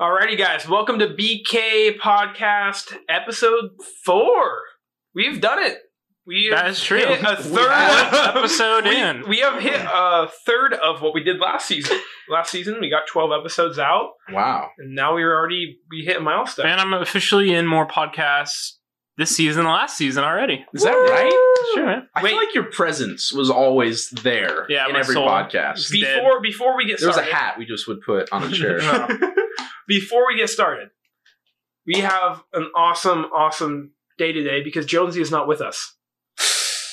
Alrighty, guys, welcome to BK Podcast Episode Four. We've done it. We have That is true. hit a We're third one episode we, in. we have hit a third of what we did last season. last season we got twelve episodes out, Wow. and now we're already we hit a milestone. and I'm officially in more podcasts this season than last season already. Is that right? Sure, man. I feel Wait. like your presence was always there Yeah, in my every soul. podcast. Be- Before before we get There was a started, hat we just would put on a chair. before we get started, we have an awesome, awesome day today because Jonesy is not with us.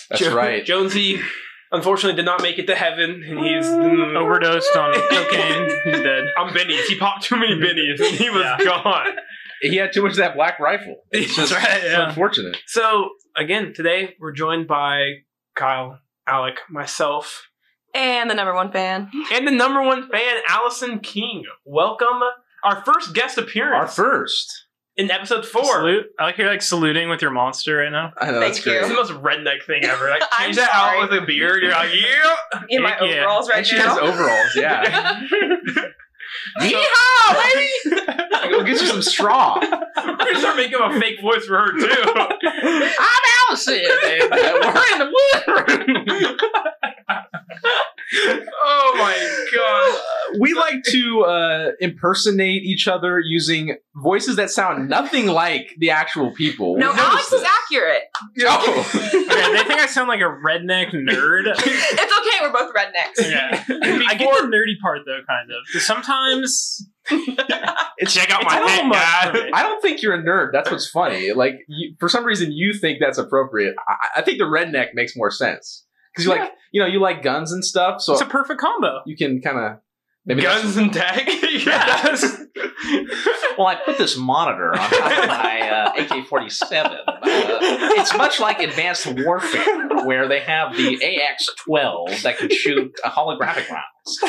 That's Jo- right. Jonesy unfortunately did not make it to heaven, and he's Overdosed on cocaine. He's dead. on bennies. He popped too many bennies, and he was Yeah. gone. He had too much of that black rifle. It's just That's right, it's yeah. unfortunate. So again, today we're joined by Kyle, Alec, myself, And the number one fan. and the number one fan, Allison King. Welcome, our first guest appearance Our first. in episode four. Salute. I like you're like saluting with your monster right now. I know, Thank that's you. great. It's the most redneck thing ever. Like I'm change that out sorry. with a beard. You're like, yeah. In my Heck yeah. overalls right and she has now. overalls, yeah. Yeehaw, baby! Go get you some straw. We're gonna start making a fake voice for her too. I'm Allison. and We're in the wood room. oh my we like to uh, impersonate each other using voices that sound nothing like the actual people. No, We've noticed Alex is this. accurate. No. Yeah, they think I sound like a redneck nerd. It's okay, we're both rednecks. Yeah. I get the nerdy part though, kind of. 'Cause Sometimes It's- check out it's my neck, almost- guy. I don't think you're a nerd. That's what's funny. Like you, for some reason you think that's appropriate. I, I think the redneck makes more sense because you like you know you like guns and stuff, so It's a perfect combo. you can kind of god. maybe. that's- Guns and tag. yes. Well, I put this monitor on top of my uh, AK-47. Uh, it's much like Advanced Warfare, where they have the AX-12 that can shoot uh, holographic rounds.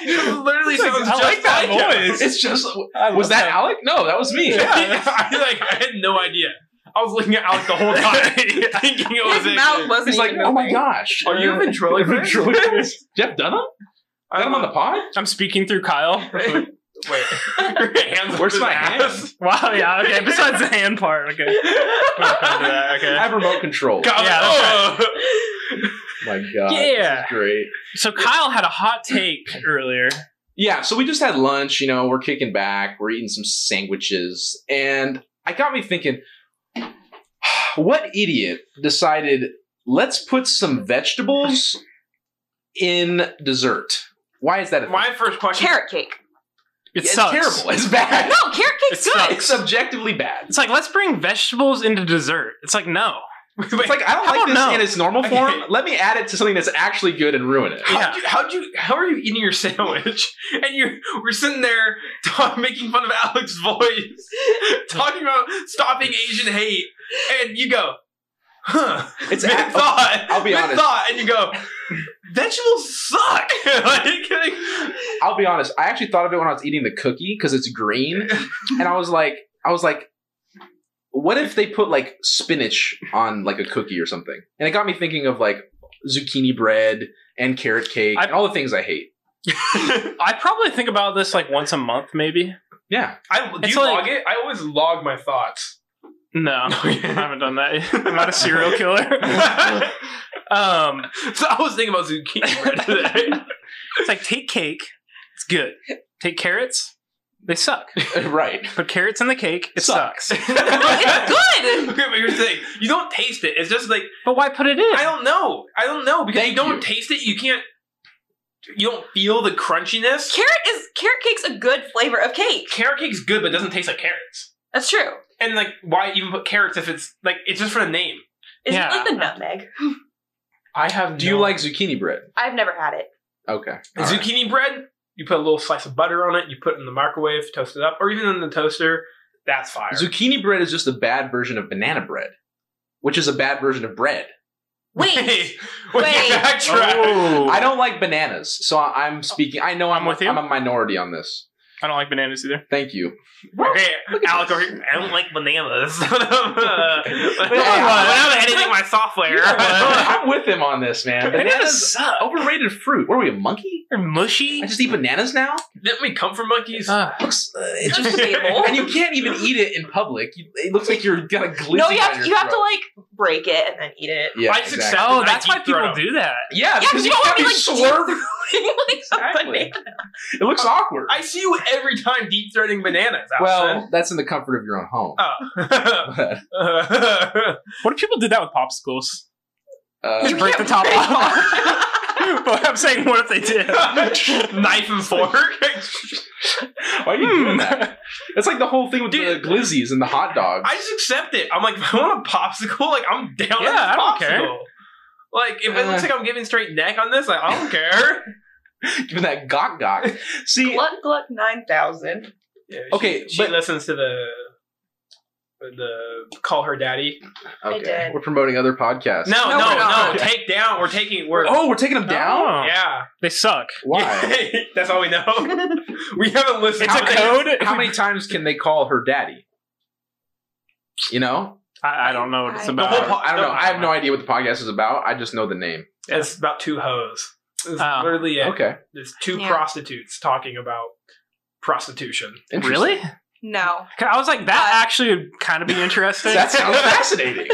It literally sounds I just like that him. voice. It's just was that Alec? No, that was me. Yeah, I like I had no idea. I was looking at Alec the whole time, thinking it was His mouth wasn't He's like, even oh my moving. gosh, Are you a ventriloquist? ventriloquist? Jeff Dunham? I Got him on the pod? I'm speaking through Kyle. Wait, hands up Where's his my ass. Wow, yeah, okay. Besides the hand part, okay. We'll come to that, okay. I have remote control. God, Oh. Yeah, that's My God. Yeah. This is great. So Kyle had a hot take earlier. Yeah, so we just had lunch, you know, we're kicking back, we're eating some sandwiches, and I got me thinking, what idiot decided let's put some vegetables in dessert? Wy is that a thing? My first question. Carrot cake. It Yeah, sucks. It's terrible. It's bad. No, carrot cake's It good. sucks. It's subjectively bad. It's like let's bring vegetables into dessert. It's like no. Wait, It's like I don't How like about this no? in its normal Okay. form. Let me add it to something that's actually good and ruin it. How'd you, how'd you how are you eating your sandwich and you're we're sitting there talk, making fun of Alex's voice talking about stopping Asian hate and you go huh It's mid a- thought I'll be honest. thought and you go vegetables suck like, like, I'll be honest. I actually thought of it when I was eating the cookie because it's green, and I was like, I was like, what if they put like spinach on like a cookie or something? And it got me thinking of like zucchini bread and carrot cake I- and all the things I hate. I probably think about this like once a month, maybe. Yeah, I do It's you like- log it I always log my thoughts No, I haven't done that. yet. I'm not a serial killer. um, so I was thinking about zucchini bread today it's like take cake. It's good. Take carrots. They suck. right. Put carrots in the cake. It sucks. It's good. Okay, but you're saying you don't taste it it's just like But why put it in? I don't know. I don't know because Thank you don't you. taste it. You can't. You don't feel the crunchiness. Carrot is carrot cake's a good flavor of cake. Carrot cake's good, but it doesn't taste like carrots. That's true. And like, why even put carrots if it's like it's just for the name? Is Yeah. it like the nutmeg? I have. Do you like zucchini bread? I've never had it. Okay. all right. zucchini bread? You put a little slice of butter on it. You put it in the microwave, toast it up, or even in the toaster. That's fire. Zucchini bread is just a bad version of banana bread, which is a bad version of bread. Wait. Wait, wait, Wait. backtrack. Oh. I don't like bananas, so I- I'm speaking. I know I'm, I'm with you. I'm a minority on this. I don't like bananas either. Thank you. Okay, at Alec, over here, I don't like bananas. when I'm what? editing my software, I'm with him on this, man. Bananas suck. overrated fruit. What are we, a monkey? They're mushy. I just eat bananas now. didn't we come from monkeys? Ah. Looks uh, it That's just debatable. and you can't even eat it in public. You, it looks like you're got a glizzy. no, you have down your to, you have to throat. like break it and then eat it. Yeah, I exactly. success- oh, I that's eat why people throat. do that. Yeah, Yeah, because you can't be slurping. like a Exactly. banana. It looks awkward. I see you every time deep throating bananas. Allison. well, that's in the comfort of your own home. Oh. What if people did that with popsicles? Uh, Just break the top off. but I'm saying, what if they did? Knife and fork. why are you doing Hmm. that? That's like the whole thing with Dude. the glizzies and the hot dogs. I just accept it. I'm like, if I want a popsicle, like I'm down. with Yeah, this I don't popsicle. care. Like if it looks Uh. like I'm giving straight neck on this, like, I don't care. Even that gok gok. See, Gluck Gluck 9000. Yeah, she- Okay, she, but- listens to the the call her daddy. I did. we're promoting other podcasts. No, No, no, we're no, not. Take down. We're taking. We're Oh, we're taking them down. Oh, yeah. They suck. Why? That's all we know. we haven't listened. It's to a it. code. How many times can they call her daddy? You know, I, I don't know what it's The about. whole po- I don't know. I have no idea what the podcast is about. I just know the name. It's about two hoes. It's Oh. literally it. Okay, It's two Yeah. prostitutes talking about prostitution. Interesting. really? No. 'Cause I was like, that actually would kind of be interesting. Uh, That sounds fascinating.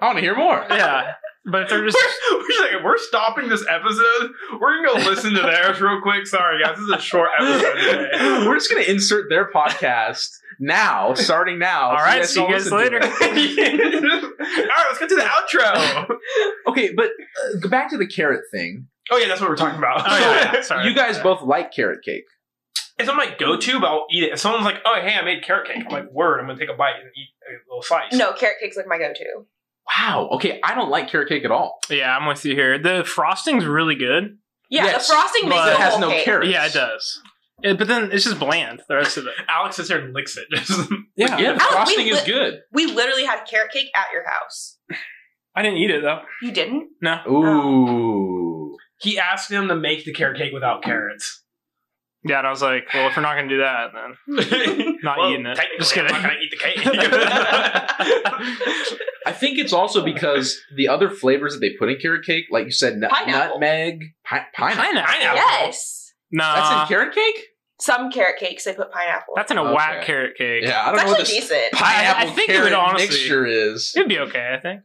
I want to hear more. yeah. But if they're just We're, we're, just like, we're stopping this episode. We're gonna go listen to theirs real quick. Sorry, guys, this is a short episode. Today. We're just gonna insert their podcast now, starting now. All so right, guys see you can guys listen later. to it. All right, let's get to the outro. Okay, but uh, go back to the carrot thing. Oh yeah, that's what we're talking about. Oh, yeah, yeah. Sorry. You guys both like carrot cake. It's not my go-to, but I'll eat it. If someone's like, "Oh, hey, I made carrot cake," I'm like, "Word!" I'm gonna take a bite and eat a little slice. No, carrot cake's like my go to. Wow. Okay, I don't like carrot cake at all. Yeah, I'm with you here. The frosting's really good. Yeah, Yes, the frosting makes but the it has whole no cake. carrot. Uh, Yeah, it does. Yeah, but then it's just bland the rest of it. Alex sits there and licks it. Yeah, yeah the Alex, we frosting is li- good. We literally had carrot cake at your house. I didn't eat it though. You didn't? No. Ooh. he asked him to make the carrot cake without carrots. Yeah, and I was like, well, if we're not gonna do that, then not Well, eating it. technically, Just kidding. I'm not gonna eat the cake. I think it's Hmm. also because the other flavors that they put in carrot cake, like you said, nu- Pineapple. nutmeg, pi- pineapple. Pineapple. Pineapple. Yes. Nah, That's in carrot cake. Some carrot cakes, they put pineapple. that's in a Okay. whack carrot cake. Yeah, I don't it's know actually what this decent. pineapple I- I think it would carrot honestly- mixture is. It'd be okay, I think.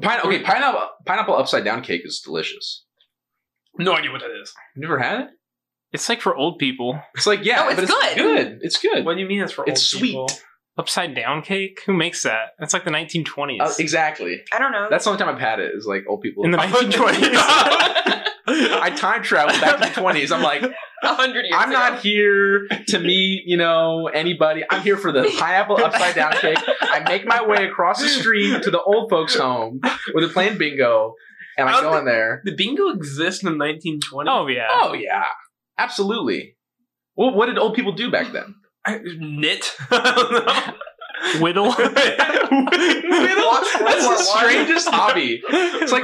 Pine- okay, pineapple pineapple upside down cake is delicious. no idea what that is. Never had it. It's like for old people. It's like yeah, No, it's but it's good. good. It's good. What do you mean it's for It's old sweet. people? Upside down cake? Who makes that? That's like the 1920s. Uh, exactly. I don't know. That's the only time I've had it. Is like old people. in the 1920s. I time traveled back to the twenties. I'm like, a hundred years I'm ago. not here to meet you know anybody. I'm here for the pineapple upside down cake. I make my way across the street to the old folks' home where they're playing bingo, and I go in there. Did bingo exist in 1920? oh yeah. Oh yeah, absolutely. Well, what did old people do back then? I, knit. I Whittle. don't know. Watch World That's the War One. strangest hobby. It's like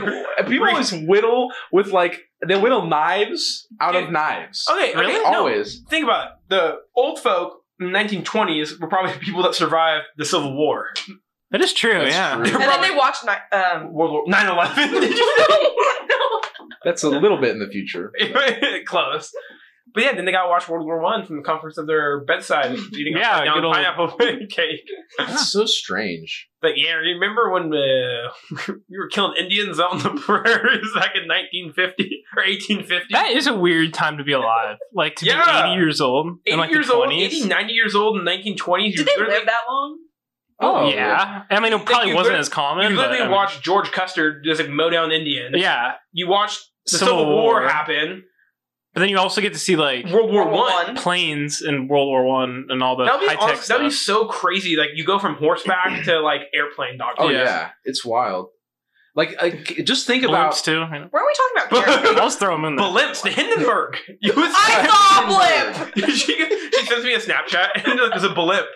people always whittle with like they whittle knives out of Dude. knives. okay, Really? okay, no. Always. Think about it. The old folk in 1920s were probably people that survived the Civil War, that is true. That's Oh, yeah. true. And then they watched ni- um World War 9/11. That's a little bit in the future. Close. But yeah, then they got to watch World War One from the comforts of their bedside, eating Yeah, upside down good old- pineapple cake. That's so strange. But yeah, remember when uh, we were killing Indians out in the prairies back in 1950 or 1850? That is a weird time to be alive. Like to Yeah. be 80 years old. in, 80 like, the years old, 20s. 80, 90 years old in 1920s. Did they live that long? Oh, yeah. I mean, it probably you wasn't lit- as You common. but, literally I mean, watched George Custer just like mow down Indians. Yeah. You watched the Civil, War. happen, But then you also get to see like World War World War One. One. planes in World War One and all the That'd be high tech awesome. stuff. that'd be so crazy. Like you go from horseback to like airplane dog. Oh Yeah. yeah. It's wild. Like, like just think about Blimps too. You know? Where are we talking about carrot cake? I'll just throw them in there. Blimps to Hindenburg. You was I saw a blimp. she, she sends me a Snapchat and there's a blimp.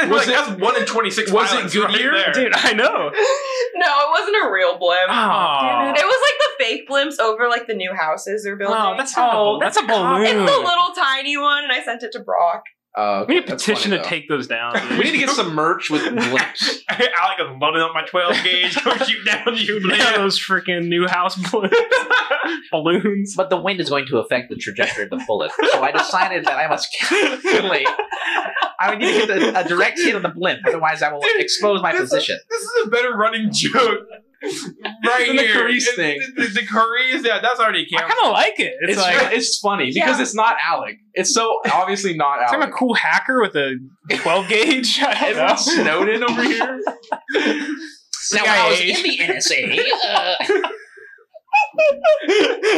And Was like, it- that's one in twenty six. was it Goodyear? Right there. Dude, I know. no, it wasn't a real blimp. Aw. It was like the fake blimps over like the new houses they're building. Oh, that's not a Oh, balloon. That's a balloon. it's the little tiny one, and I sent it to Brock. Uh, we need a that's petition to funny, though. take those down. We need to get some merch with blimps. Alec is loading up my twelve gauge. Go shoot down you yeah, blimp. those freaking new house balloons. balloons. But the wind is going to affect the trajectory of the bullet, so I decided that I must calculate. I would need to get a, a direct hit on the blimp, otherwise I will Dude, expose my this is- position. This is a better running joke. Right Than the here. Carice It's- thing. it's- it's The Carice, yeah, that's already I camp. kind of like it. It's, It's, like it's funny because Yeah. it's not Alec. It's so obviously not it's like I'm Alec. a cool hacker with a 12 gauge. I don't know. Edward Snowden over here. Now, when I was CIA. in the NSA, uh,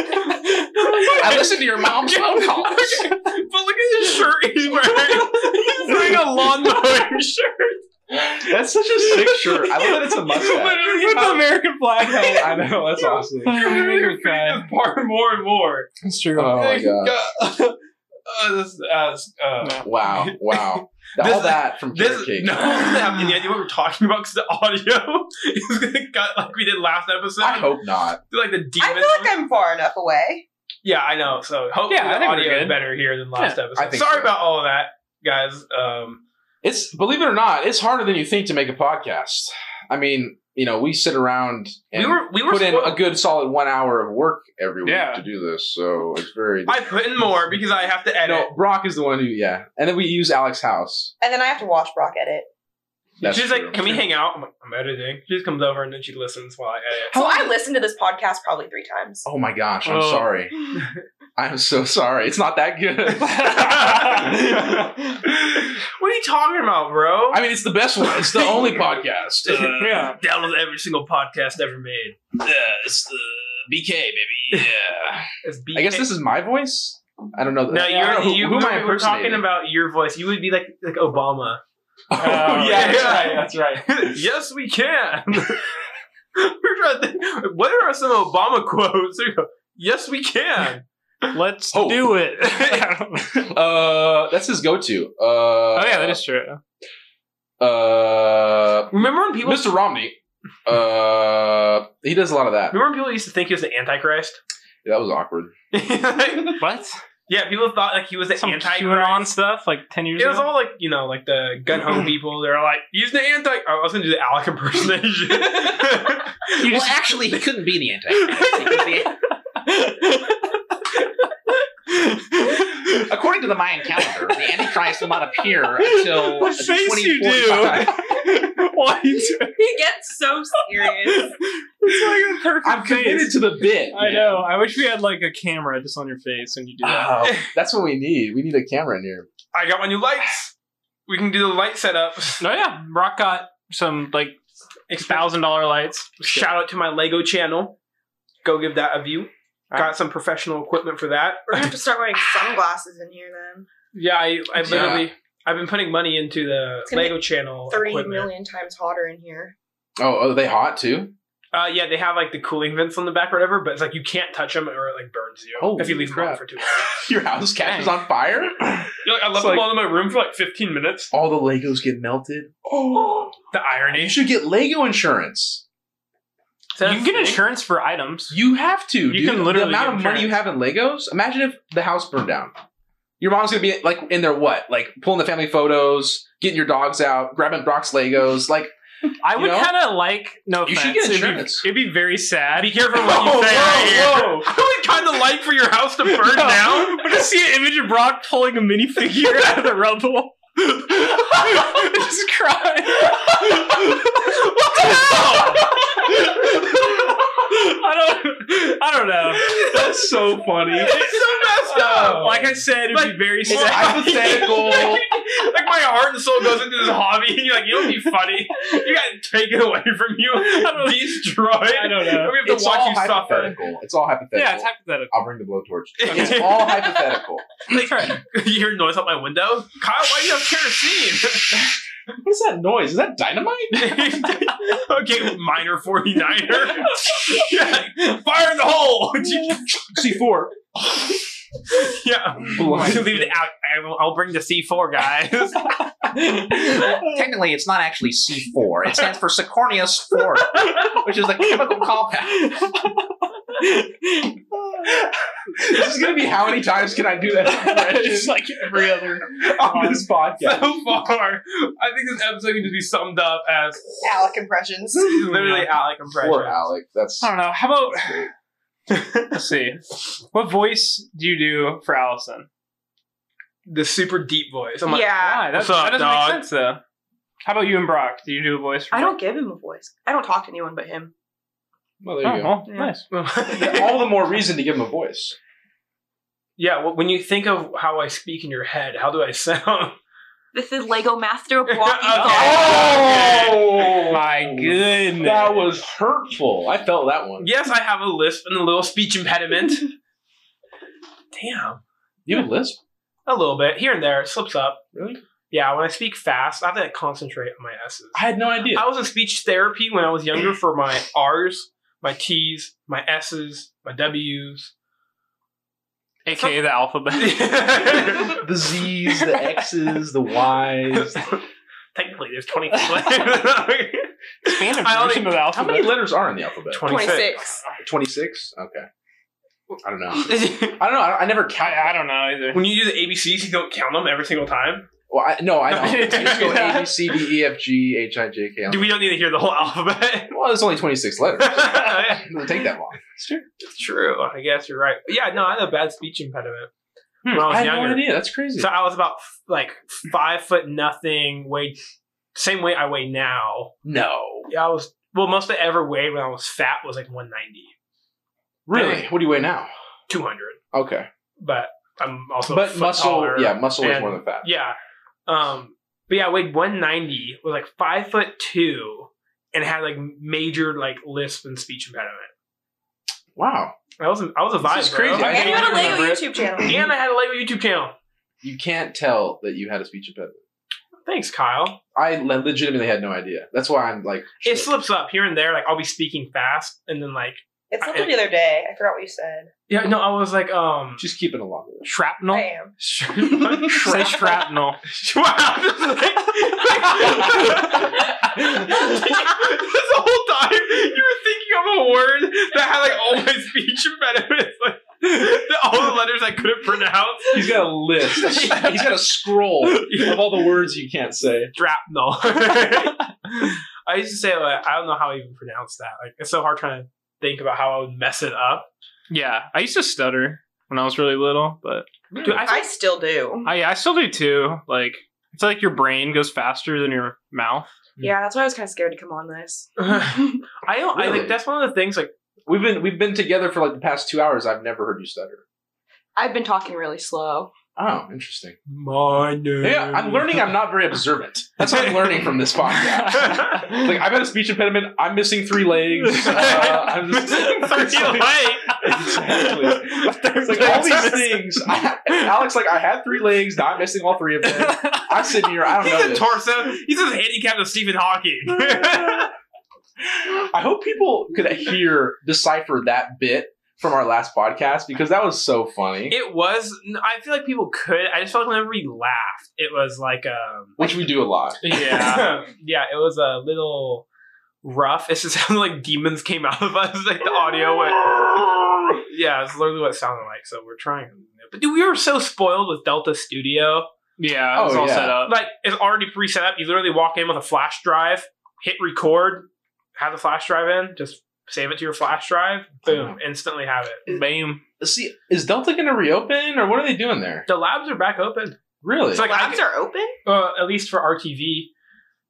I listened to your mom's phone calls. But look at his shirt he's wearing. He's wearing a lawn mowing shirt. That's such a sick shirt. I love that it's a mustache. Literally, with the American flag. helmet. I know that's awesome. You're making this part more and more. It's true. Oh my god! God. Uh, this, uh, uh, No. Wow! Wow! This All is- that from This carrot cake. no one have any idea what we're talking about because the audio is gonna cut like we did last episode. I hope not. like the demon. I feel like I'm far enough away. yeah, I know. So hopefully Yeah, I the think we're audio is good. better here than last I episode. think Sorry so. about all of that, guys. Um, It's believe it or not, it's harder than you think to make a podcast. I mean, you know, we sit around and we were we were. put in spoiled. a good solid one hour of work every week Yeah. to do this, so it's very. I put in more because I have to edit. no, Brock is the one who, yeah, and then we use Alex House. And then I have to watch Brock edit. That's She's true. like, "Can we hang out?" I'm like, "I'm editing." She just comes over and then she listens while I edit. So I listened to this podcast probably three times. Oh my gosh! I'm Oh. sorry. I'm so sorry. It's not that good. what are you talking about, bro? I mean, it's the best one. It's the only podcast. Uh, yeah. download every single podcast ever made. it's the BK baby. Yeah. It's BK. I guess this is my voice. I don't know. No, I don't you're, know who, you. who am I we we're talking impersonating? about your voice. You would be like like Obama. Oh, Oh, yeah, yeah. right. yes, we can. we're trying to think. What are some Obama quotes? There you go. Yes, we can. Let's Oh. do it. Uh, that's his go-to. Uh, oh oh yeah, that is true. Uh, Remember when people? Mr. Romney. Uh, he does a lot of that. Remember when people used to think he was the Antichrist? That was awkward. What? yeah, people thought like he was the Some QAnon Antichrist. stuff like ten years It was ago. all like you know, like the gun ho people. They're like, he's the anti. Oh, I was gonna do the Alec impersonation. you Well, just, actually, he couldn't be the Antichrist. He was the- according to the Mayan calendar, the Antichrist will not appear until What face you do. 2045. why you do it? he gets so serious. It's like a perfect I'm committed face. to the bit. I man. know. I wish we had like a camera just on your face when you do Uh-huh. that. Oh, that's what we need. We need a camera in here. I got my new lights. We can do the light setup. no, yeah. Rock got some like thousand dollar lights. Shout out to my Lego channel. Go give that a view. Got some professional equipment for that. We're gonna have to start wearing sunglasses in here then. Yeah, I, I Yeah. literally I've been putting money into the It's gonna Lego channel. Thirty million equipment. times hotter in here. Oh, are they hot too? Uh, yeah, they have like the cooling vents on the back or whatever, but it's like you can't touch them or it like burns you Holy if you leave them on crap. for too long. Your house catches on fire. You're like, I left It's them like- all in my room for like 15 minutes. All the Legos get melted. Oh, The you irony. should get Lego insurance. So you can get insurance for items. You have to. You dude. can literally the amount get of money you have in Legos. Imagine if the house burned down. Your mom's gonna be like in there, what? Like pulling the family photos, getting your dogs out, grabbing Brock's Legos. Like I You would know? kind of like no You offense. should get it'd be- insurance. It'd be, very sad. Be careful what you Whoa, say Oh, whoa, right here. whoa. I would kind of like for your house to burn No, down. But to see an image of Brock pulling a minifigure out of the rubble, just crying. what the hell? I don't. I don't know. that's so funny. It's so messed up. like I said, it'd Oh. Like- be very It's sad. hypothetical. like my heart and soul goes into this hobby, and you're like, you'll be funny. You got taken away from you, destroyed. I don't know. We have to It's watch all you suffer. hypothetical. It's all hypothetical. Yeah, it's hypothetical. I'll bring the blowtorch. It's all hypothetical. That's right. you hear noise out my window, Kyle. Why do you have kerosene? What is that noise? Is that dynamite? okay, minor 49er. yeah, fire in the hole! C4. yeah. Oh Leave it out. I will- I'll bring the C4, guys. Well, technically, it's not actually C4. It stands for Sicornius 4, which is a chemical compound. This is gonna be how many times can I do that Just like every other. on this podcast? So far, I think this episode can just be summed up as Alec impressions. literally Alec impression. Poor Alec. That's I don't know. How about great. let's see, what voice do you do for Allison? The super deep voice. I'm like, yeah. Why? That, What's up, that doesn't dog? make sense though. How about you and Brock? Do you do a voice? For I don't give him a voice. I don't talk to anyone but him. Well, Brock? Oh, well, there you Yeah. nice. go. All the more reason to give him a voice. yeah, well, when you think of how I speak in your head, how do I sound? This is Lego Master of Oh! My goodness. That was hurtful. I felt that one. Yes, I have a lisp and a little speech impediment. Damn. You have a lisp? A little bit. Here and there. It slips up. Really? Yeah, when I speak fast, I have to like, concentrate on my S's. I had no idea. I was in speech therapy when I was younger for my R's, my T's, my S's, my W's. AKA the alphabet. Technically, the Z's, the X's, the Y's. there's 23 letters. Expanded I only- version of the alphabet. How many letters are in the alphabet? 26. 26? Okay. I don't know. I 26. don't know. I, I never count. I, I don't know either. when you do the ABCs, you don't count them every single time. Well, I, no, I don't. It's just go Yeah. A, B, C, D, E, F, G, H, I, J, K, L. Do we don't need to hear the whole alphabet? Well, it's only 26 letters. it's It doesn't take that long. true. I guess you're right. Yeah, no, I had a bad speech impediment Hmm, when I was I had younger. no idea. That's crazy. So I was about f- like five foot nothing, weighed same weight I weigh now. no. Yeah, I was well, most I ever weighed when I was fat was like 190, Really? What do you weigh now? 200. Okay. But I'm also a But foot muscle, taller. yeah, muscle is and- more than fat. yeah. Um, but yeah, I weighed 190, was like five foot two, and had like major like lisp and speech impediment. Wow. I was I was a vibe. This is bro. crazy. I And you had a remember Lego it. YouTube channel. And I had a Lego YouTube channel. You can't tell that you had a speech impediment. Thanks, Kyle. I le- legitimately had no idea. That's why I'm like, It slips up here and there. Like I'll be speaking fast, and then like It's something the other day. I forgot what you said. yeah, no, I was like um. just keeping along with it. Shrapnel. I am. Say shrapnel. this whole time you were thinking of a word that had like all my speech impediments, like the, all the letters I couldn't pronounce. He's got a list. He's got a scroll of all the words you can't say. Drapnel. I used to say like I don't know how I even pronounce that. Like it's so hard trying to think about how I would mess it up. Yeah, I used to stutter when I was really little, but Dude, I, I still do. I, I still do too. Like it's like your brain goes faster than your mouth. Yeah, that's why I was kind of scared to come on this. I don't. I Really? like that's one of the things. Like We've been we've been together for like the past two hours. I've never heard you stutter. I've been talking really slow. Oh, interesting. minor. Yeah, I'm learning. I'm not very observant. That's what I'm learning from this podcast. It's Like I've had a speech impediment. I'm missing three legs. Uh, I'm just, it's Three like- Exactly. It's like all these things. I, Alex, like I had three legs. Now I'm missing all three of them. I'm sitting here. I don't know. He's a this. torso. He's as handicapped as Stephen Hawking. I hope people could hear decipher that bit from our last podcast because that was so funny. it was. I feel like people could. I just felt like whenever we laughed, it was like um. Which we do a lot. Yeah. yeah, it was a little rough. It just sounded like demons came out of us. Like the audio went. Yeah, it's literally what it sounded like. So we're trying. But dude, we were so spoiled with Delta Studio. yeah, it's Oh, all yeah. set up. Uh, Like it's already pre-set up. You literally walk in with a flash drive, hit record, have the flash drive in, just save it to your flash drive, boom, instantly have it. Bam. See, is Delta going to reopen or what are they doing there? The labs are back open. Really? It's like I Labs are open? uh, at least for RTV.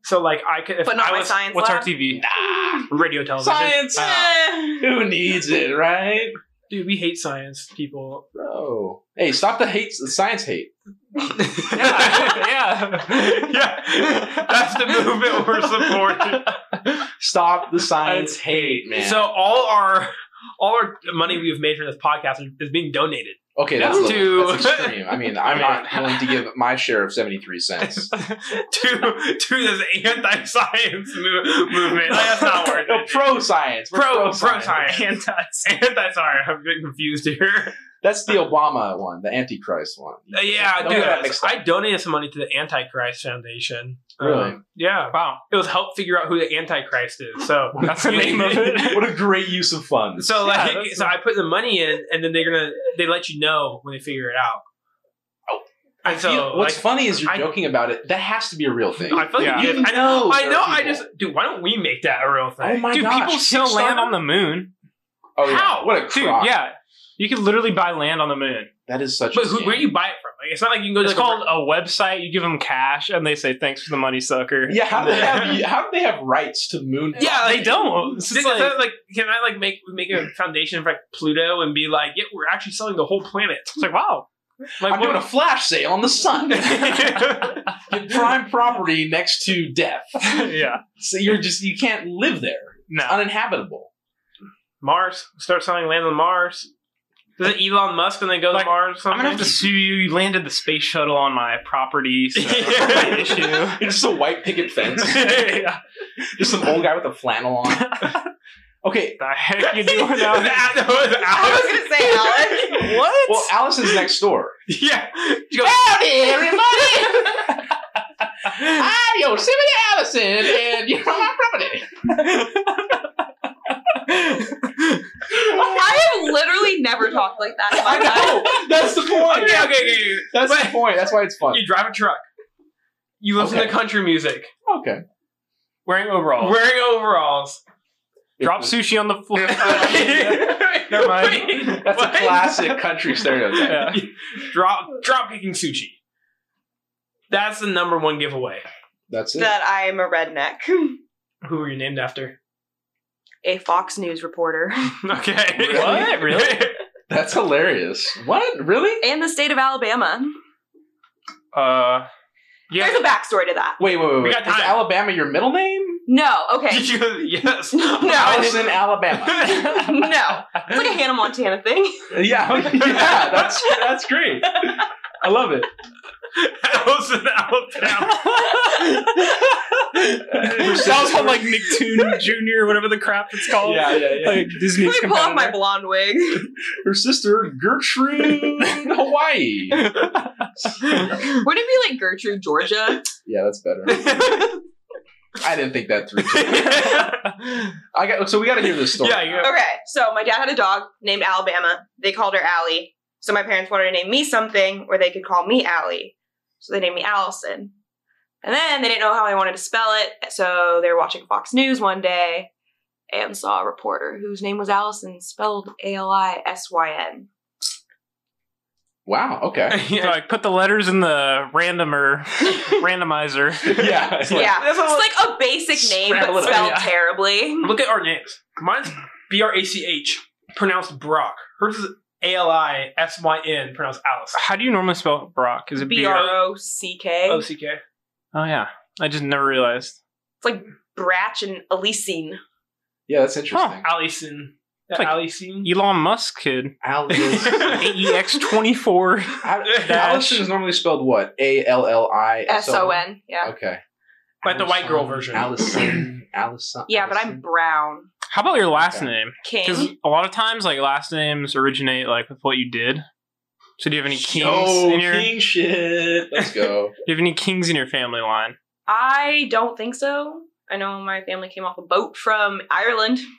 So like I could, if But not I my was science What's lab? our TV? Ah. radio television. science. Who needs it, right? Dude, we hate science people. Bro. Hey, stop the hate, the science hate. yeah, yeah. yeah, that's the movement we're supporting. Stop the science hate, man. So all our all our money we've made from this podcast is being donated Okay, that's, That's too- little. that's extreme. I mean, I'm not willing to give my share of 73 cents. to to this anti-science mo- movement. That's not worth No, it. pro science. We're Pro- pro-science. pro-science. Anti. Anti, sorry, I'm getting confused here. That's the Obama one, the Antichrist one. Uh, yeah, Don't dude, get that mixed up. I donated some money to the Antichrist Foundation. Really? Um, yeah. Wow. Oh It was help figure out who the Antichrist is. So That's the name of it. what a great use of funds. So Yeah, like, that's- so I put the money in, and then they're gonna they let you know when they figure it out. Oh. and so You- what's like, funny is you're I- joking about it. That has to be a real thing. I feel like Yeah. you, I know, I, there know are I people- just dude. Why don't we make that a real thing? Oh my Dude, gosh! people still land Kickstarter? on the moon. Oh yeah! How? What a Dude, crock. yeah. You could literally buy land on the moon. That is such. But a who, scam. where do you buy it from? Like, it's not like you can go to It's like, a- called a website. You give them cash, and they say thanks for the money, sucker. Yeah, how do they Yeah. have? How do they have rights to moon? Yeah, they like- don't. It's just Then it's like, not like, can I like make make a foundation for like Pluto and be like, yeah, we're actually selling the whole planet. it's like wow. Like I'm doing a what? flash sale on the sun. Get prime property next to death. yeah. So you're just you can't live there. No. Uninhabitable. Mars. Start selling land on Mars. Doesn't Elon Musk and then go Like, to Mars or I'm something? gonna have to sue you. You landed the space shuttle on my property. So Yeah. my issue. It's a white picket fence. yeah. just some old guy with a flannel on. Okay. The heck you doing out there? That was I was Alex. gonna say Alex. What? Well, Allison's next door. Yeah. She goes, Ah! Howdy, everybody! I'm Yosemite Allison, and you're on my property. I have literally never talked like that in I my life. know. That's the point. okay, okay, okay. That's the point. That's why it's fun. You drive a truck. You listen Okay. to country music. Okay. Wearing overalls. Wearing overalls. Drop sushi on the floor. Never mind. That's a classic country stereotype. Yeah. Drop drop kicking sushi. That's the number one giveaway. That's it. That I am a redneck, Who were you named after? a Fox News reporter, Okay. What? Really? That's hilarious. What? Really? and the state of Alabama. Uh, There's yes. a backstory to that. Wait, wait, wait. We wait. got Is time. Alabama your middle name? No, okay, Did you? Yes. Allison, Alabama. no. It's like a Hannah Montana thing. yeah, yeah. That's that's great. I love it. Allison Alabama. that was on like Nicktoon Junior, whatever the crap it's called. Yeah, yeah, yeah. Like Disney. Let me pull off my blonde wig. Her sister Gertrude, Hawaii. Would it be like Gertrude, Georgia? Yeah, that's better. I didn't think that through. I got so we got to hear this story. yeah. You Okay, so my dad had a dog named Alabama. They called her Allie. So my parents wanted to name me something where they could call me Allie. So they named me Allison. And then they didn't know how I wanted to spell it. So they were watching Fox News one day and saw a reporter whose name was Allison, spelled A L I S Y N. Wow. Okay. So, like put the letters in the randomer randomizer. yeah. It's like, Yeah. That's a- It's like a basic name, Scramble but it up. spelled Yeah. terribly. Look at our names. Mine's B R A C H, pronounced Brock. Hers is A L I S Y N, pronounced Alice. How do you normally spell Brock? Is it B B-R- R O C K. O It's C K. Oh yeah, I just never realized. like Bratch and Elisine. Yeah. That's interesting. Allison. It's like- Allison. Elon Musk kid. Allison. AEX twenty four. Allison is normally spelled what? A L L I S O N. Yeah. Okay. But the white girl Allison, version. Allison. Allison. Yeah, but I'm Allison. brown. How about your last Okay. name? Because King. a lot of times, like last names originate like with what you did. So do you have any kings Yo, oh, in your? king shit. Let's go. Do you have any kings in your family line? I don't think so. I know my family came off a boat from Ireland.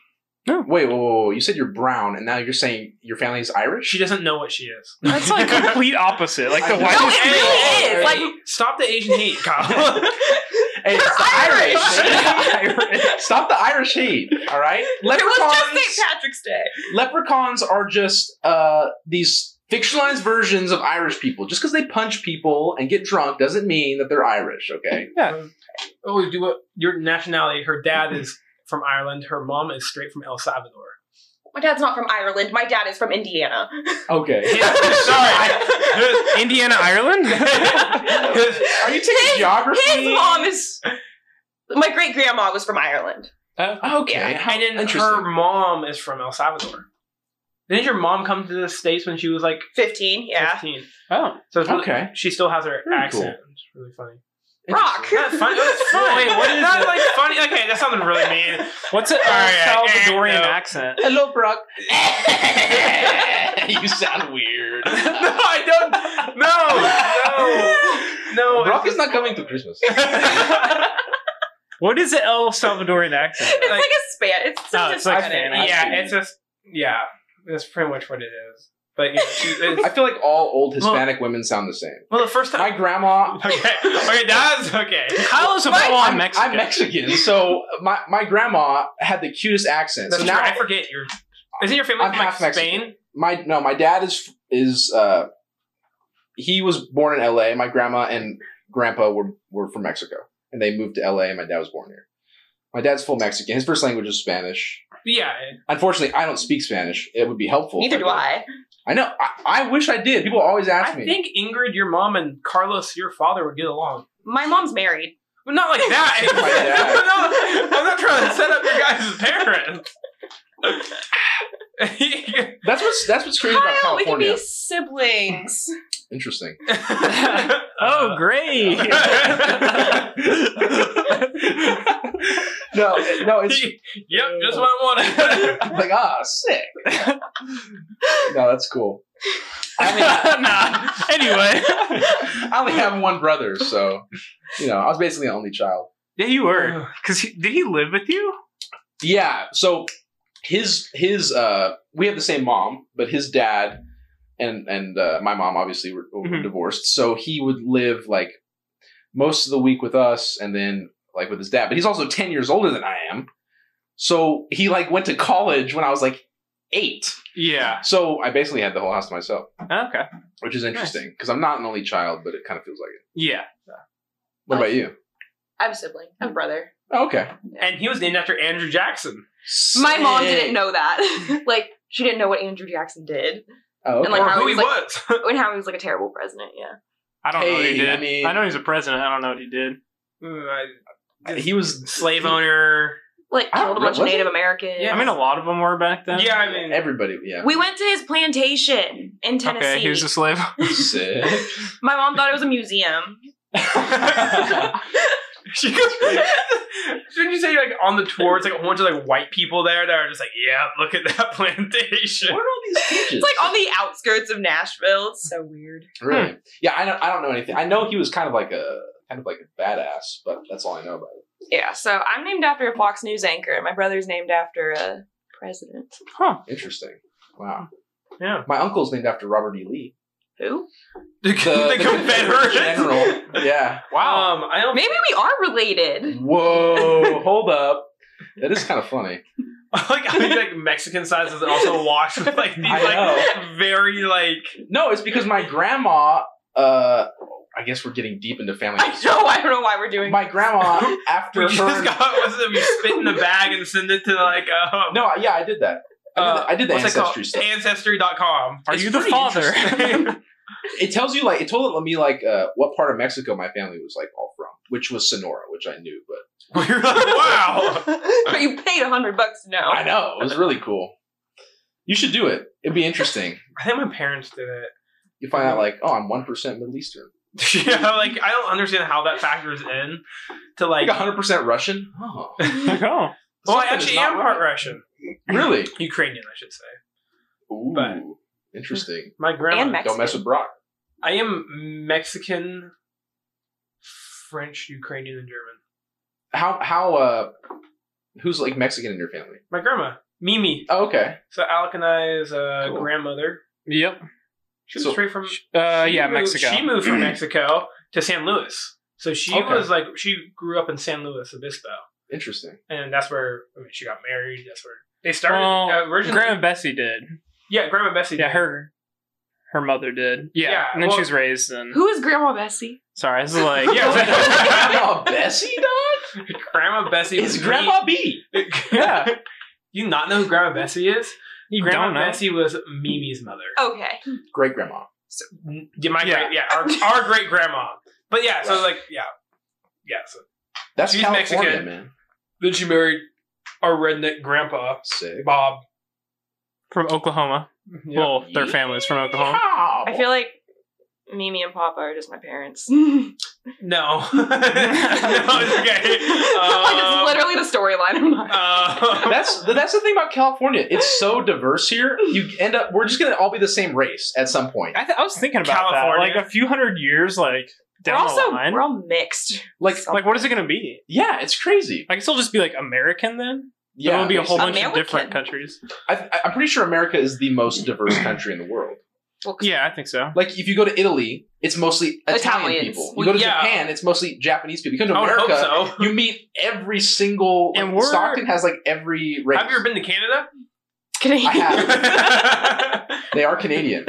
Wait, whoa, whoa, whoa. You said you're brown, and now you're saying your family is Irish? She doesn't know what she is. That's like complete opposite. Like the I know. white. No, it really is. Like, Like, stop the Asian hate, Kyle. Hey, it's the Irish! Irish. Stop the Irish hate, all right? it was just Leprechauns, St. Patrick's Day. leprechauns are just uh, these fictionalized versions of Irish people. Just because they punch people and get drunk doesn't mean that they're Irish, okay? oh, do what? Your nationality. Her dad is from Ireland. Her mom is straight from El Salvador. My dad's not from Ireland. My dad is from Indiana. Okay. sorry. Indiana, Ireland. Are you taking geography? His mom is. My great grandma was from Ireland. Okay. and then Interesting. her mom is from El Salvador. Didn't your mom come to the States when she was like 15, yeah. 15? Oh, So it's really- Okay. she still has her Very accent. It's really funny. Rock. Not funny. It's funny. Wait, what is not like funny? Okay, that sounded really mean. what's an All right, El eh, Salvadorian no. accent? Hello, Brock. you sound weird. No, I don't. No, no, no. Brock it's is not coming to Christmas. What is an El Salvadorian accent? It's like, Like- a span. It's such Oh, a it's like span. Spanish. yeah, it's just yeah. That's pretty much what it is. But you know, she, I it's, feel like all old Hispanic women sound the same. well, the first My time. grandma. okay, okay, that's okay. Kyle is a Mike, full-on Oh, I'm Mexican. I'm Mexican, so my, my grandma had the cutest accent. That's so true. now I forget your. Isn't your family I'm from like half Mexican. Spain? my no, my dad is is uh, he was born in L.A. My grandma and grandpa were were from Mexico, and they moved to L.A. and my dad was born here. My dad's full Mexican. His first language is Spanish. Yeah, Unfortunately, I don't speak Spanish. It would be helpful. if Neither do did. I. I know. I, I wish I did. People always ask I me. think Ingrid, your mom, and Carlos, your father, would get along. My mom's married. But not like My that. no, I'm not trying to set up your guys' parents. that's what's that's what's crazy about Kyle, we can California. be siblings. Interesting. oh, great. No, no, it's yep, just what I wanted. like ah, sick. no, that's cool. I mean, nah. Anyway. I only have one brother, so you know, I was basically the only child. Yeah, you were. Cause he, did he live with you? Yeah, so his his uh we have the same mom, but his dad and and uh, my mom obviously were, were Mm-hmm. Mhm. divorced, so he would live like most of the week with us and then like with his dad, but he's also 10 years older than I am. So he like went to college when I was like 8. Yeah. So I basically had the whole house to myself, Okay. which is interesting because I'm not an only child, but it kind of feels like it. Yeah. What about you? I have a sibling. I have a brother. Oh, okay. and he was named after Andrew Jackson. My mom Sick. didn't know that. like, she didn't know what Andrew Jackson did. Oh, okay. And, like, or how who he he was, was. And how he was like a terrible president, yeah. I don't know what he Hey, did. I mean- I know he's a president. I don't know what he did. like- he was Mm, Slave owner. Like, I don't killed a re- bunch of was Native Americans. Yeah. I mean, a lot of them were back then. Yeah, I mean, Everybody, yeah. We went to his plantation in Tennessee. Okay. Here's a slave. Sick. My mom thought it was a museum. she goes. Shouldn't you say like on the tour? It's like a bunch of like white people there that are just like, yeah, look at that plantation. What are all these teachers? It's like on the outskirts of Nashville. It's so weird. really? Hmm. Yeah, I don't. I don't know anything. I know he was kind of like a kind of like a badass, but that's all I know about it. Yeah, so I'm named after a Fox News anchor. My brother's named after a president. Interesting. Wow. Yeah. My uncle's named after Robert E. Lee, Who? The, the Confederate general. Yeah. Wow. Um, I don't. Maybe we are related. Whoa. Hold up. That is kind of funny. like I think like Mexican size is also washed with like these I like know. very like No, it's because my grandma. Uh, I guess we're getting deep into family. I know. I don't know why we're doing. My grandma, after we her. just got was it we spit in the bag and send it to like uh, no, yeah, I did that. I did the, I did the what's it called? ancestry stuff. Ancestry.com. Are It's you the pretty father? interesting. it tells you like it told me like uh, what part of Mexico my family was like all from, which was Sonora, which I knew, but We were like, wow. but you paid a hundred bucks. No. I know it was really cool. You should do it. It'd be interesting. I think my parents did it. You find out like, oh, I'm one percent Middle Eastern, yeah, like I don't understand how that factors in to like. like 100 percent Russian. Oh, like, oh. well, I Something is actually not am part Russian, really? Ukrainian, I should say. Ooh, But- interesting. My grandma. And Mexican. Don't mess with Brock. I am Mexican, French, Ukrainian, and German. How how uh, who's like Mexican in your family? My grandma, Mimi. Oh, okay. So Alec and I's uh, Cool. grandmother. Yep. She was So- straight from Uh, she yeah, moved- Mexico. She moved from Mexico to San Luis. So she Okay. was like she grew up in San Luis Obispo, Interesting. and that's where I mean, she got married. That's where they started Well, uh, originally. Grandma Bessie did. yeah, Grandma Bessie. Yeah, did. her her mother did. Yeah. Yeah, and then well- she was raised in. Who is Grandma Bessie? Sorry, this is like. Yeah, Grandma Bessie dog Grandma Bessie is was Grandma B. Me- Yeah. you not know who Grandma Bessie is? You Grandma don't know. Bessie was Mimi's mother. Okay. Great grandma. N- yeah, my Yeah. great, yeah, our, our great grandma. But yeah, so Right. like yeah, yeah. So That's She's California, Mexican. man. then she married our redneck grandpa Sick. Bob, from Oklahoma. Well, their family's from Oklahoma. I feel like Mimi and Papa are just my parents. no, No. no, it's okay. Um, it's literally the storyline of mine. um, That's that's the thing about California. It's so diverse here. You end up we're just gonna all be the same race at some point. I, th- I was thinking about California. that. Like a few hundred years, like we're down also the line. we're all mixed. Like like, what is it going to be? yeah, it's crazy. I guess it'll just be like American then. Yeah, Yeah, there will be a whole bunch of American. different countries. I, I- I'm pretty sure America is the most diverse country in the world. Well, 'cause Yeah, I think so. Like if you go to Italy, it's mostly Italian Italians. people. You Well, go to yeah. Japan, it's mostly Japanese people. You come to I would America, hope so. you meet every single. Like, And we're- Stockton has like every race. Have you ever been to Canada? Canadian. I have. yeah, They are Canadian.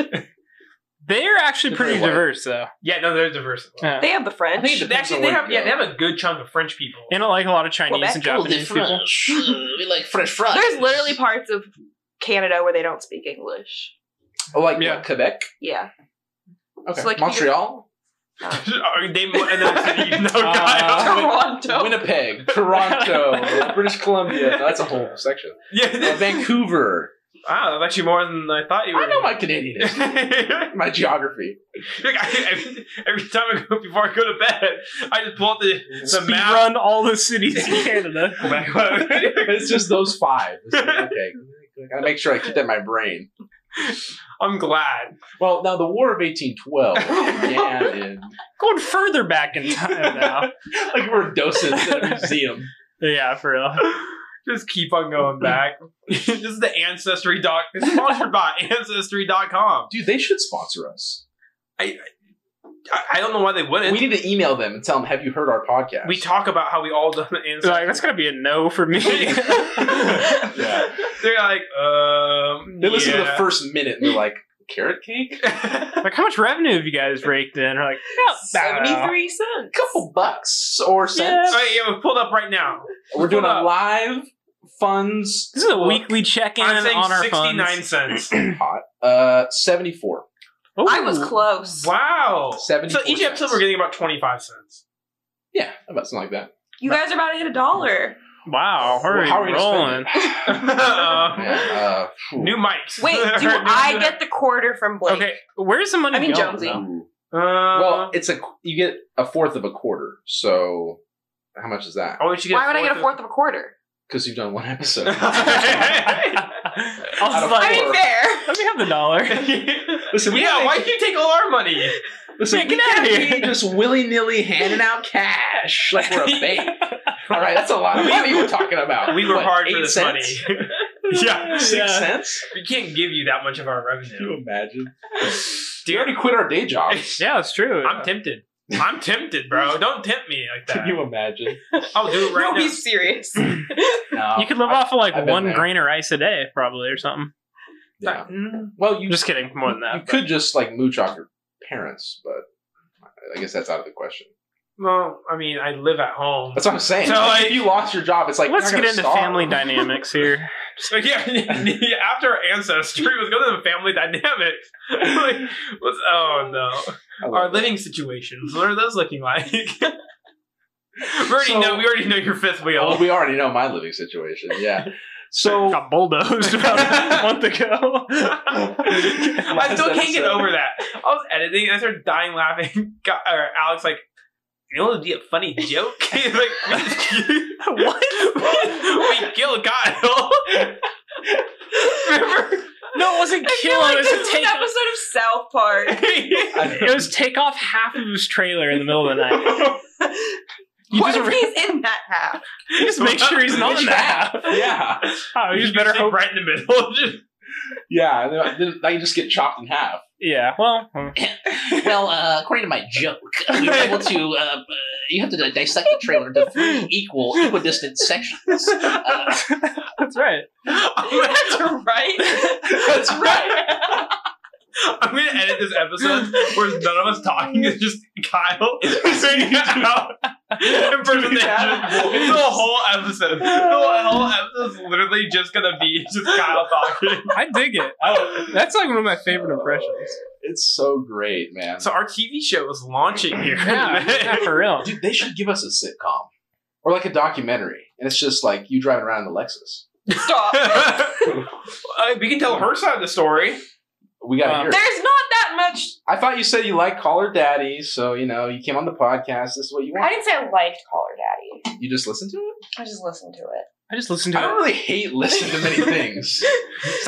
They're actually They're pretty very white. diverse though. no, they're diverse. Yeah. They have I think the it French. depends They actually, on they where have you yeah, go. they have a good chunk of French people. And like a lot of Chinese Quebec, and Oh, they're Japanese people. French. Mm, we like French fries. There's literally parts of Canada where they don't speak English. Oh, like Yeah. what, Quebec. Yeah. Okay. So, like, you- Montreal, Are- Name another city. No, Uh, Kyle. Toronto. Winnipeg, Toronto, British Columbia. No, that's a whole section. Uh, Yeah. Vancouver. Wow, that's actually more than I thought you were. I know my Canadian, my geography. Like, I- every, every time I go before I go to bed, I just pull out the, the Speed map. run all the cities in Canada. It's just those five. It's like, okay, I gotta make sure I keep that in my brain. I'm glad. Well, now the War of 1812 began in Going further back in time now. like we're docents at a museum. yeah, for real. Just keep on going back. this is the Ancestry doc. It's sponsored by Ancestry.com. Dude, they should sponsor us. I, I don't know why they We wouldn't. We, need to email them and tell them, "Have you heard our podcast?" talk about how we all done the So, like that's Ancestry. gonna be a no for me. Yeah. They're like, um. They listen to the yeah. first minute and they're like, "Carrot cake, like how much revenue have you guys raked in? We're like, no, Seventy-three cents. couple bucks or cents." All right, yeah, we pulled up right now. We're doing Hold a up. live funds. This is a book. weekly check-in I'm saying on our 69 phones. cents. hot. Uh, seventy-four. Ooh. I was close. Wow. So E 74 each episode cents. we're getting about 25 cents. Yeah, about something like that. You guys are about to hit a dollar. Wow, Oh, hurry, How are we gonna spend rolling. it? Um, Yeah, uh, phew. New mics. Wait, Or do new- I get the quarter from Blake? Okay, where's the money I mean, going? Jonesy. though? Ooh. Uh, Oh, Well, it's a qu- you get a fourth of a quarter. So how much is that? I wish you get Why would I get a fourth of a quarter? Because you've done one episode. I was Out of like, I mean, Four. fair. Oh, let me have the dollar. Listen, we yeah, gotta why would you take all our money? Listen, Man, we get outta can't be here. just willy nilly handing out cash like we're a bank. All right, that's a lot of money we're talking about. We were What, hard eight for this cents? money. yeah. Six Yeah. cents? We can't give you that much of our revenue. imagine? We Dude, already quit our day jobs. Yeah, it's true. I'm tempted. I'm tempted, bro. Don't tempt me like that. imagine? I'll do it right no, now. he's serious. No. you could live off of like I've been one there. grain of rice a day, probably, or something. Yeah. Mm, Well, you Just kidding, more than You that. could just like mooch off your parents, but I guess that's out of the question. Well, I mean, I live at home. That's what I'm saying. So, Like, like- if you lost your job, it's like Let's you're get not into gonna starve. family dynamics here. So yeah, yeah, after our ancestry, let's go to the family dynamics. like, what's oh no, I love our it. living situations. What are those looking like? we already So- know. We already know your fifth Well, wheel. we already know my living situation. Yeah. So Got bulldozed about a month ago. I still can't get episode. over that. I was editing and I started dying laughing. God, or Alex like, you know, it'd be a funny joke. He's like, what? we killed Kyle. Remember? No, it wasn't I kill. feel like it was this a is an take. episode of South Park. It was take off half of his trailer in the middle of the night. You what just if re- he's in that half? just make sure he's not in that. yeah, Oh, you just better sit hope. right in the middle. Just- yeah. and Then, then I just get chopped in half. Yeah. Well, well, uh, according to my joke, you're able to uh, you have to dissect the trailer into three equal equidistant sections. Uh, that's right. That's right. That's right. I'm gonna edit this episode where none of us talking is just Kyle figuring out impersonation. that The whole episode, the whole episode's literally just gonna be just Kyle talking. I dig it. I- that's like one of my favorite impressions. It's so great, man. So our TV show is launching here. Yeah, yeah, for real. Dude, they should give us a sitcom or like a documentary, and it's just like you driving around in the Lexus. Stop. Uh, we can tell her side of the story. We got to Um, hear. it. There's not that much. I thought you said you like Caller Daddy, so you know you came on the podcast. This is what you I want. didn't say I liked Caller Daddy. You just listen to it. I just listened to it. I just listened I to don't it. really hate listening to many things. It's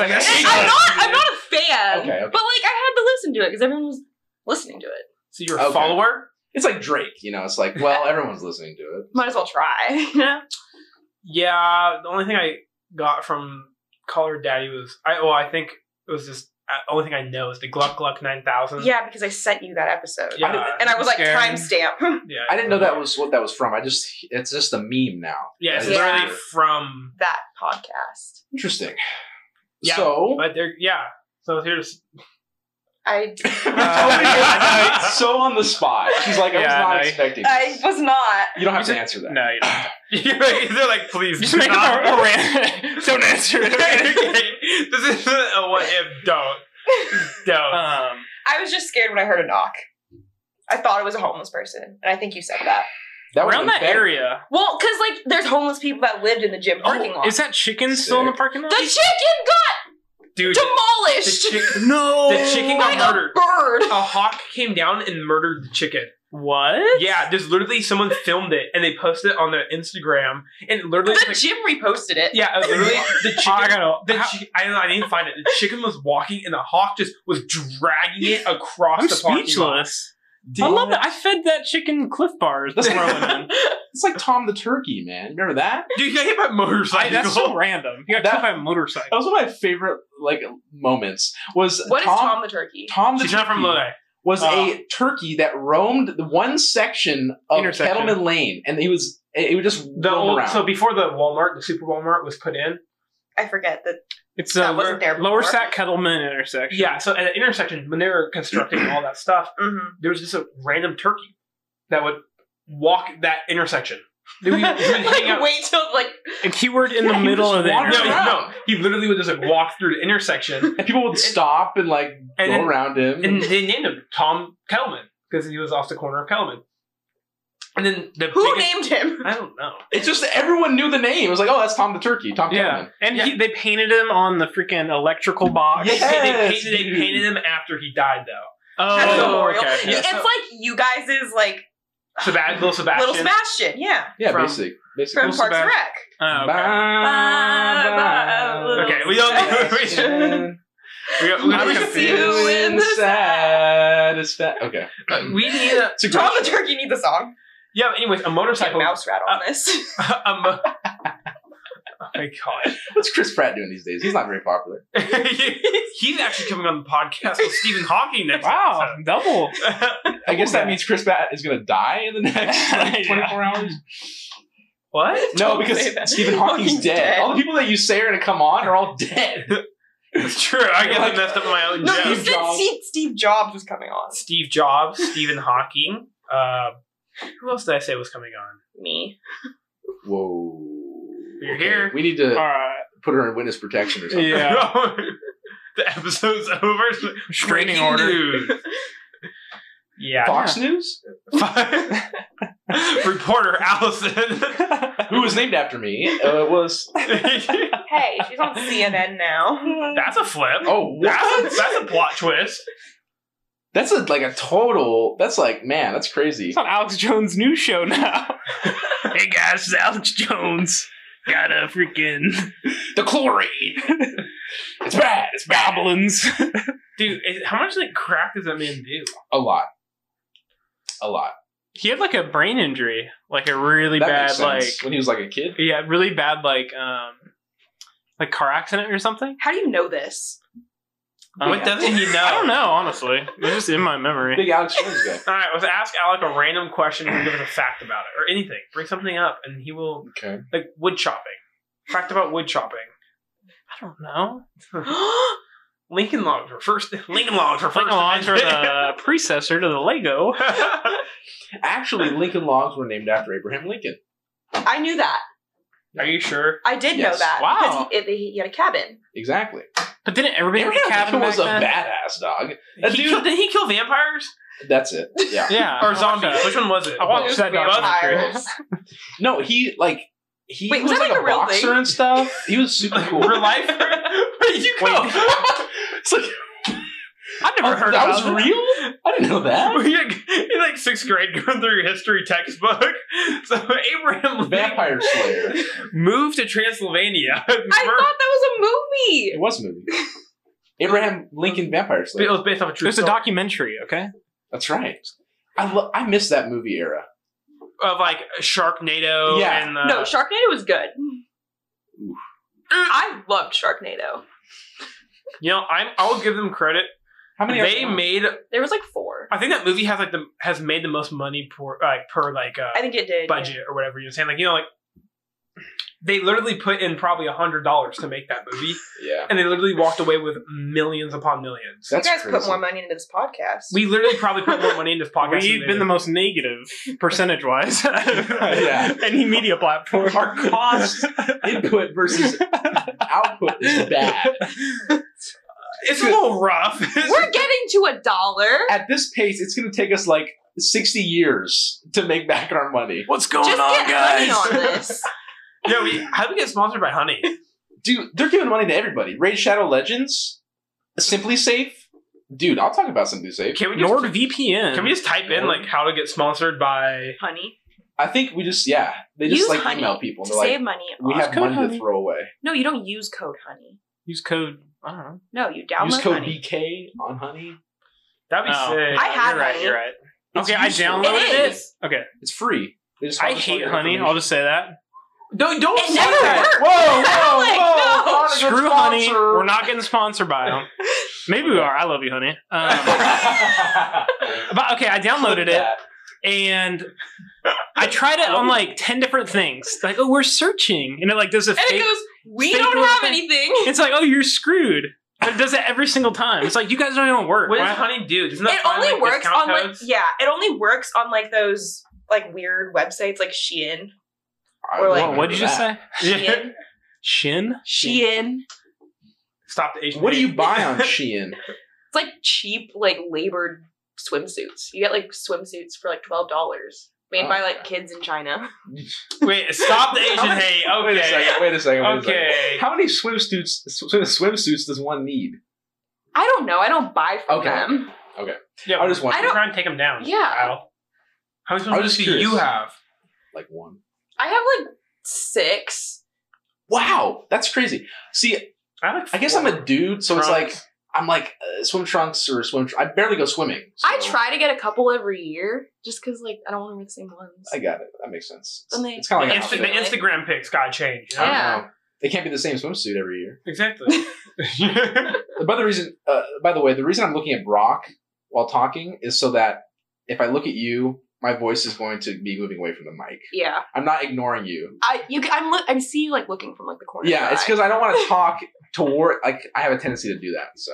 like, I Yes, hate Oh. I I'm that. know. not. I'm not a fan. Okay, okay. But like, I had to listen to it because everyone was listening to it. So you're a Okay. follower. It's like Drake, you know. It's like, well, everyone's listening to it. Might as well try. You know. Yeah. The only thing I got from Caller Daddy was I. Well, I think it was just uh, only thing I know is the Gluck Gluck nine thousand. Yeah, because I sent you that episode. Yeah. And I was like, Scared. timestamp. Yeah. I didn't know that was what that was from. I just it's just a meme now. Yeah, it's I just- literally from. that podcast. interesting. Yeah, So But they're yeah. So here's I Uh, so on the spot. She's like, I was Yeah, not no, you- expecting. I this. was not. you don't have to answer that. No, you don't. they're like, please Just make not. up a, a rant. don't answer it. Okay, This isn't a what if. Don't. Don't. um, I was just scared when I heard a knock. I thought it was a homeless person, and I think you said that. That around would've that been better. area. Well, because like there's homeless people that lived in the gym parking Oh, lot. is that chicken still in the parking lot? the chicken Dude, got the demolished chicken. no. The chicken by got a murdered. bird. A hawk came down and murdered the chicken. What? Yeah, there's literally someone filmed it and they posted it on their Instagram and literally. The gym reposted it. yeah, it was literally the Oh, I chicken. gotta. The chi- I, don't know, I didn't find it. The chicken was walking, and the hawk just was dragging it across I'm the parking lot. speechless. I love that. I fed that chicken Cliff Bars. That's where I went in. It's like Tom the Turkey, man. Remember that? Dude, you got hit by a motorcycle. I, that's so random. You got That- killed by a motorcycle. That was one of my favorite like moments. Was What is Tom, Tom, the turkey? Tom the She's not from Turkey Lodi. was Oh. a turkey that roamed the one section of Intersection. Kettleman Lane, and he was it would just The roam old, around. so before the Walmart, the super Walmart was put in. I forget that. It's That uh, wasn't there Lower before. Sack Kettleman intersection. Yeah, so at the intersection, when they were constructing all that stuff, Mhm. there was just a random turkey that would walk that intersection. He would- he would hang like out- wait till like A keyword in Yeah, the you middle just of the wander No, intersection. around. no, he literally would just like walk through the intersection, and people would stop and like And go then- around him. and they named him Tom Kelman because he was off the corner of Kelman. And then the who biggest- named him? I don't know. it's just everyone knew the name. It was like, oh, that's Tom the Turkey, Tom Yeah, Kettleman. and Yeah. He, they painted him on the freaking electrical box. They, they- they Yes, painted, they dude. painted him after he died, though. As a Oh, memorial. okay. Yeah, it's so- like you guys is like Sebast- little Sebastian. little Sebastian, yeah, Yeah, From- basic, basic. from Little Parks Sebast- and Rec. Oh, okay. Bye, bye, Okay, we don't- Sebastian, We, we, I we, was confused. confused. you in the satisfa- Okay, Uh, we need a it's a great Tom show. the turkey needs a song. yeah. but Anyways, a Take motorcycle. mouse rat on this. a mo- oh my god. What's Chris Pratt doing these days? He's not very popular. He's actually coming on the podcast with Stephen Hawking next Wow, double. episode. I guess yeah. that means Chris Pratt is going to die in the next like, Yeah. 24 hours. what? No, Don't because say that. Stephen Hawking's Hawking's dead. dead. All the people that you say are going to come on are all dead. It's true. I guess Like- I messed up my own no, joke. you Steve said Jobs. Steve, Steve Jobs was coming on. Steve Jobs, Stephen Hawking. Uh, who else did I say was coming on? Me. Whoa. You're here. We need All to right. put her in witness protection or something. Yeah. the episode's over. Restraining Breaking order. news. Yeah. Fox News? Reporter Allison. Who was named after me? Uh, it was. Hey, she's on CNN now. That's a flip. Oh, what? That's a, that's a plot twist. That's a, like a total. That's like, man, that's crazy. It's on Alex Jones' new show now. hey guys, it's Alex Jones. Got a freaking The chlorine. it's bad. It's bad. goblins. Dude, is- how much like crack does that man do? A lot. A lot. he had like a brain injury, like a really that makes bad, like sense. when he was like a kid. yeah, really bad, like um, like car accident or something. How do you know this? Um, what Oh, doesn't he know? I don't know, honestly. It's just in my memory. Big Alex Jones guy. All right, let's ask Alec a random question and give us a fact about it or anything. Bring something up, and he will Okay. like wood chopping. Fact about wood chopping. I don't know. Lincoln logs were first. Lincoln logs were first. Lincoln Logs were invented. the predecessor to the Lego. Actually, Lincoln Logs were named after Abraham Lincoln. I knew that. Are you sure? I did know Yes. that. Wow. Because he, it- he had a cabin. Exactly. But didn't everybody have Abraham a cabin Lincoln was a back then? badass dog. That He dude- killed, did he kill vampires That's it. Yeah. Yeah, I or watched zombies? that. Oh, Which one was it? I watched Those that vampires. documentary. No, he like he Wait, was was, that, like, like, a, a real boxer thing? and stuff. He was super cool. Real life? Where did you go? It's like I've never heard that about was that. real. I didn't know that. Were you like, in like sixth grade going through your history textbook? So Abraham Lincoln Vampire Slayer. moved to Transylvania. I thought that was a movie. It was a movie. Abraham Lincoln Vampire it Slayer. was based off a true There's a story documentary, okay? That's right. I lo- I miss that movie era. of like Sharknado Yeah. and uh, no, Sharknado was good. I loved Sharknado. you know I'm I'll give them credit. How many? They are- made There was like four. I think that movie has like the has made the most money per like per like uh, I think it did. budget or whatever you're saying. Like you know like they literally put in probably a hundred dollars to make that movie, Yeah, and they literally walked away with millions upon millions. Yeah. You that's guys put crazy. more money into this podcast. We literally probably put more money into this podcast. than they We've been did. the most negative percentage wise. Yeah. Any media platform. Our cost input versus output is bad. It's a little rough. We're getting to a dollar. At this pace, it's going to take us like sixty years to make back our money, What's going Just get money on this. yeah, we how do we get sponsored by Honey? dude. They're giving money to everybody. Raid Shadow Legends, Simply Safe, dude. I'll talk about Simply Safe. Can we just NordVPN. can we just type in like how to get sponsored by? Honey, I think we just yeah, they just Use like honey email people. to And they're save like, money. we Use have code money honey. to throw away. No, you don't use code honey. use code? I don't know. No, you download Use code honey. BK on Honey. That'd be Oh. sick. I had you're right. honey. You're right. It's okay, I useful. downloaded It it. is. Okay, It's free. They just I all hate your honey. I'll information. just say that. No, don't It say never that. worked. Whoa, whoa, Alec, no. whoa! Screw honey. We're not getting sponsored by them. Maybe we Okay. are. I love you, honey. Um, but okay, I downloaded it. and I tried it on like ten different things. Like, oh, we're searching, and it like does a And it fake. goes, we fake don't little have thing. anything. It's like, oh, you're screwed. But it does it every single time. It's like you guys don't even work. What does right? Honey do? Doesn't that It find, only like, works discount on like codes? yeah, it only works on like those like weird websites like Shein. We're We're like, like- Whoa, what did you just say? Yeah. Shein. Shin? Shein. Stop the Asian. What do you hate. buy on Shein? It's like cheap, like labored swimsuits. You get like swimsuits for like twelve dollars. Made Oh, by like kids in China. Wait, stop the Asian hate. Okay. Wait a second. Wait a second. Wait a second. Okay. How many swimsuits sw- swimsuits does one need? I don't know. I don't buy from Okay. them. Yeah, I just want I don't- try and take them down. Yeah. Kyle. How many I was swimsuits just do you curious. have? like one. I have like six. Wow, that's crazy. See, I have like. I guess four. I'm a dude, so it's like Trunks. I'm like uh, swim trunks or swim. Tr- I barely go swimming. so- I try to get a couple every year just because like I don't want to wear the same ones. I got it. That makes sense. Then they- It's kind of like an Insta- outfit. the Instagram pics got changed. you know? I don't Yeah. know. They can't be the same swimsuit every year. Exactly. By the reason, uh, by the way, the reason I'm looking at Brock while talking is so that if I look at you, my voice is going to be moving away from the mic. yeah. I'm not ignoring you. I you ca- I'm look I see you like looking from like the corner. Yeah, of your it's eye. because I don't want to talk toward. Like I have a tendency to do that. So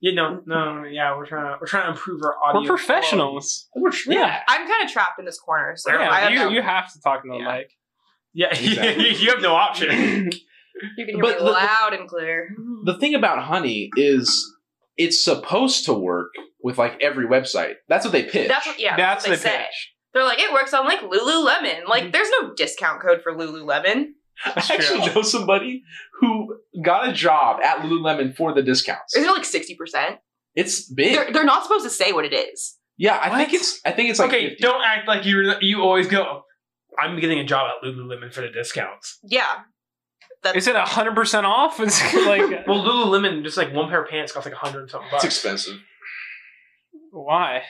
You know, no, yeah, we're trying to we're trying to improve our audio. We're professionals. yeah, I'm kind of trapped in this corner, so Yeah, I have you, no- you have to talk to the Yeah. mic. quality. Yeah, Exactly. you have no option. You can hear But me the- loud and clear. the thing about honey is it's supposed to work with like every website. That's what they pitch. That's what, yeah, That's what the they say. pitch. Mm-hmm. They're like, it works on like Lululemon. Like, there's no discount code for Lululemon. That's I actually true. know somebody who got a job at Lululemon for the discounts. Is it like 60%? It's big. They're, they're not supposed to say what it is. yeah, I What? think it's. I think it's like. okay, 50. don't act like you you always go. I'm getting a job at Lululemon for the discounts. Yeah. Is it hundred percent off? It's like Well, Lululemon just like one pair of pants costs like a hundred and something It's bucks. expensive. why?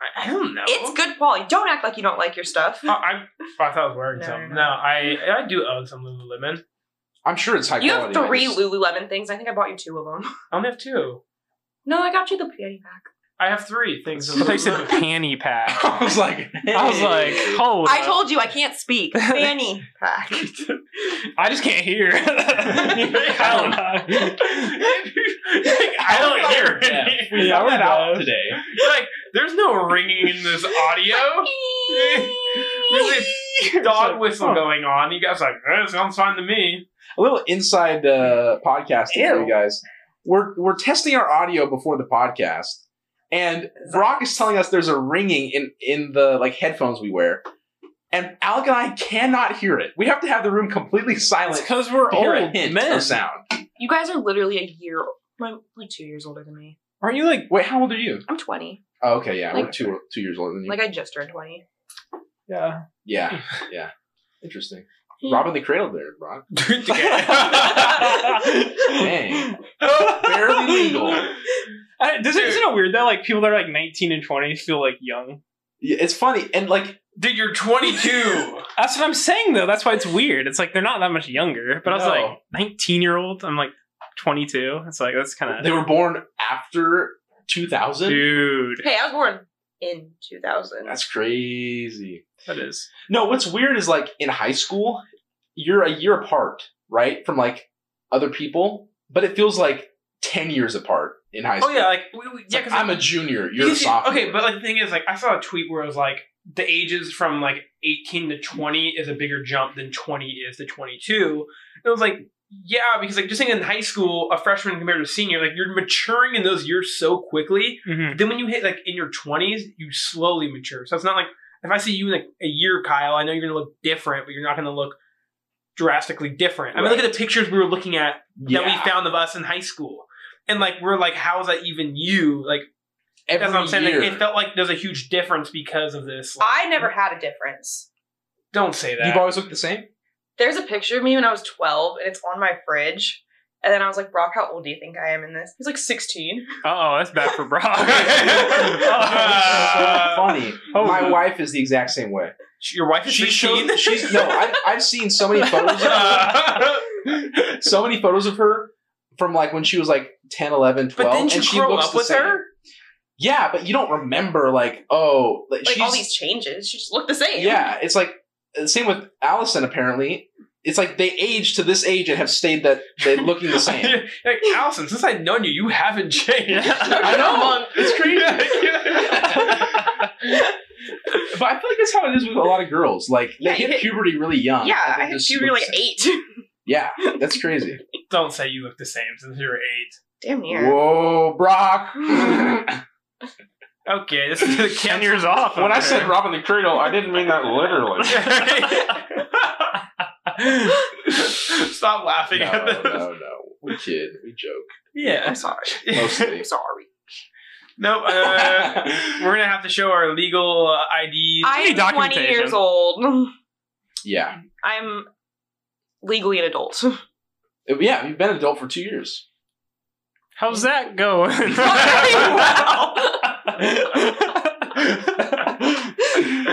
I, I don't know. It's good quality. Don't act like you don't like your stuff. Oh, I, I, I thought I was wearing No, something. no, No, no. I I do own some Lululemon. I'm sure it's high you have quality. I three just- Lululemon things. I think I bought you two of them. I only have two. No, I got you the panty pack. I have three things. I thought you said panty pack. I was like, I was like, hey. hold. I up. told you I can't speak. Fanny pack. I just can't hear. I don't know. I don't hear it. we found that out Yeah. today. Like, there's no ringing in this audio. There's a It's dog like, whistle huh. going on. You guys are like, eh, sounds fine to me. A little inside uh, podcasting for Ew. you guys. We're we're testing our audio before the podcast, and Brock is telling us there's a ringing in in the like headphones we wear, and Alec and I cannot hear it. We have to have the room completely silent because we're to hear a old hint men. of sound. You guys are literally a year, like like two years older than me. Aren't you like? Wait, how old are you? I'm 20. Oh, okay, yeah, we're Like- two two years older than you. Like I just turned 20. Yeah. yeah, yeah, interesting. Robin the Cradle, there, Rob. Dang, barely legal. I, does it, isn't it weird that like people that are like 19 and 20 feel like young? Yeah, it's funny, and like Dude, you're 22. That's what I'm saying though. That's why it's weird. It's like they're not that much younger. But I was No. like 19 year old. I'm like 22. It's like that's kind they of were born after 2000. dude. Hey, I was born in 2000. That's crazy. That is. No, what's weird is like in high school, you're a year apart, right, from like other people, but it feels like ten years apart in high oh school. yeah, like we, we, It's yeah, like, because I'm a junior, you're a sophomore. Okay, but like the thing is, like I saw a tweet where it was like the ages from like 18 to 20 is a bigger jump than 20 is to 22. And it was like, yeah, because like just saying in high school, a freshman compared to a senior, like you're maturing in those years so quickly. Mhm. Then when you hit like in your 20s, you slowly mature. So it's not like if I see you in like a year, Kyle, I know you're gonna look different, but you're not gonna look drastically different. I mean, look at the pictures we were looking at yeah, that we found of us in high school. And like we're like, how is that even you? Like every that's what I'm saying. Like, year. it felt like there's a huge difference because of this. Like, I never had a difference. don't say that. You've always looked the same. There's a picture of me when I was 12, and it's on my fridge. And then I was like, Brock, how old do you think I am in this? He's like 16. Oh, that's bad for Brock. Uh, So funny. oh. My wife is the exact same way. Your wife is She 16. showed. She's no. I, I've seen so many photos. Of, so many photos of her from like when she was like 10, 11, 12. but didn't you and she grow looks up the with same. her? Yeah, but you don't remember like oh like, Like she's all these changes, she just looked the same. yeah. It's like the same with Allison. Apparently, it's like they age to this age and have stayed that they looking the same. like Allison, since I've known you, you haven't changed. I know it's crazy. But I feel like that's how it is with a lot of girls. Like they Yeah, you hit, hit- puberty really young. Yeah, and they I had just she were look like the same. eight. Yeah, that's crazy. don't say you look the same since you're eight. Damn near. Whoa, Brock. Okay, this is the 10 years off. When I over said there. Robin the Cradle, I didn't mean that literally. Stop laughing no, at this. no, no. We kid. We joke. Yeah. I'm sorry. Mostly. I'm sorry. Nope. Uh, we're gonna have to show our legal uh, IDs. I'm 20 documentation. years old. yeah. I'm legally an adult. Yeah, you've been an adult for two years. How's that going?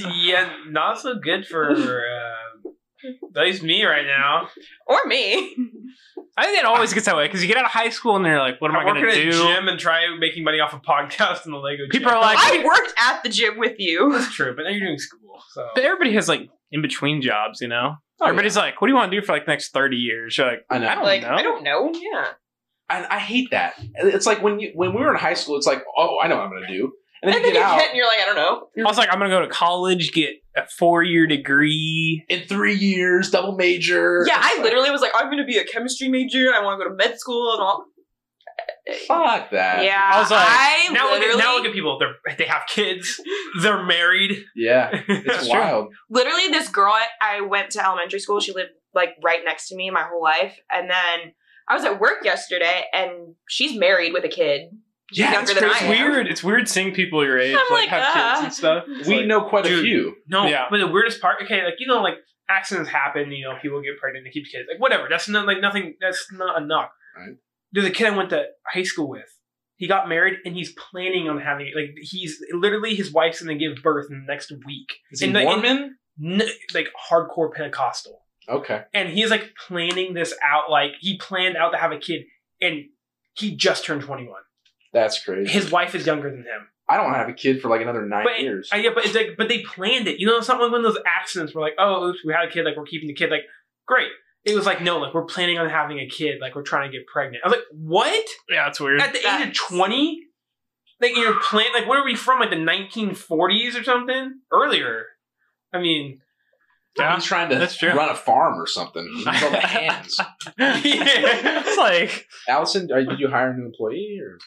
yeah, not so good for uh, at least me right now. or me. I think it always gets that way because you get out of high school and they're like, what am I, work going to at a do? gym and try making money off a podcast and the Lego. People gym. are like, I worked at the gym with you. that's true, but now you're doing school, so but everybody has like in between jobs, you know? Oh, Everybody's like, what do you want to do for like the next 30 years? You're like, I know. I don't like know. I don't know. Yeah. And I hate that. It's like when you when we were in high school, it's like, oh, I know what I'm gonna do. And then And you get then you out hit and you're like, I don't know. I was like, I'm going to go to college, get a four year degree. in three years, double major. Yeah, I literally was like, I'm gonna be a chemistry major. I want to go to med school and all. Fuck that. Yeah, I was like, I now look, at, literally, now look at people. They they have kids. They're married. Yeah. It's true. wild. literally, this girl I- I went to elementary school. She lived like right next to me my whole life, and then I was at work yesterday, and she's married with a kid. She's Yeah, younger it's than It's I am. weird. It's weird seeing people your age I'm like, like, have uh. kids and stuff. It's We like- know quite a Dude. few. No, Yeah. but the weirdest part, okay, like you know, like accidents happen. You know, people get pregnant, they keep kids, like whatever. That's not like nothing. That's not a knock. Right. There's a kid I went to high school with. He got married, and he's planning on having like he's literally his wife's gonna give birth in the next week. Is he And, like, Mormon? N- like hardcore Pentecostal, Okay. and he's like planning this out. Like he planned out to have a kid, and he just turned 21. That's crazy. His wife is younger than him. I don't want to have a kid for like another nine But- years. I, Uh, yeah, but it's like, but they planned it. You know, it's not like one of those accidents where like, oh, oops, we had a kid, like we're keeping the kid, like great. It was like, no, like we're planning on having a kid, like we're trying to get pregnant. I was like, what? Yeah, it's weird. At the age of That's- twenty, like you're plan, like where are we from? Like the 1940s or something earlier. I mean, Yeah. He's trying to That's true. run a farm or something. He needs all the hands. it's like Allison, are, did you hire a new employee or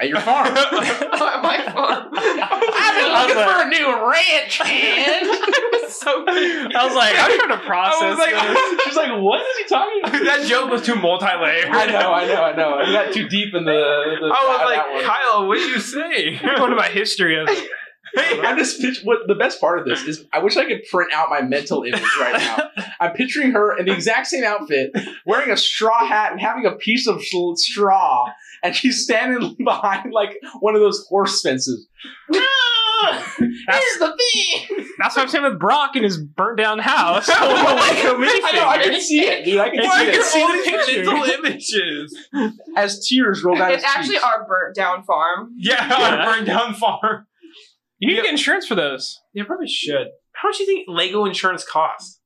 at your farm. on my farm. I've been looking for a new ranch, man. It was so good. I was like, I'm trying to process. I was like, She's like, what is he talking about? that joke was too multi-layered. I know, I know, I know. I got too deep in the. the I was like, that one. Kyle, what do you say? this. What about history of it? I'm just pitch- what the best part of this is I wish I could print out my mental image right now. I'm picturing her in the exact same outfit, wearing a straw hat and having a piece of sh- straw, and she's standing behind like one of those horse fences. Here's the thing. That's what I'm saying with Brock and his burnt down house. I wanna like him anything. I know, I can see it, dude. I can Why see Like, could it. you're see the all these mental picture. images. As tears roll down It's his actually cheeks. our burnt down farm. Yeah, Yeah. on burned down farm. You need to get insurance for those. Yeah, probably should. How much do you think Lego insurance costs?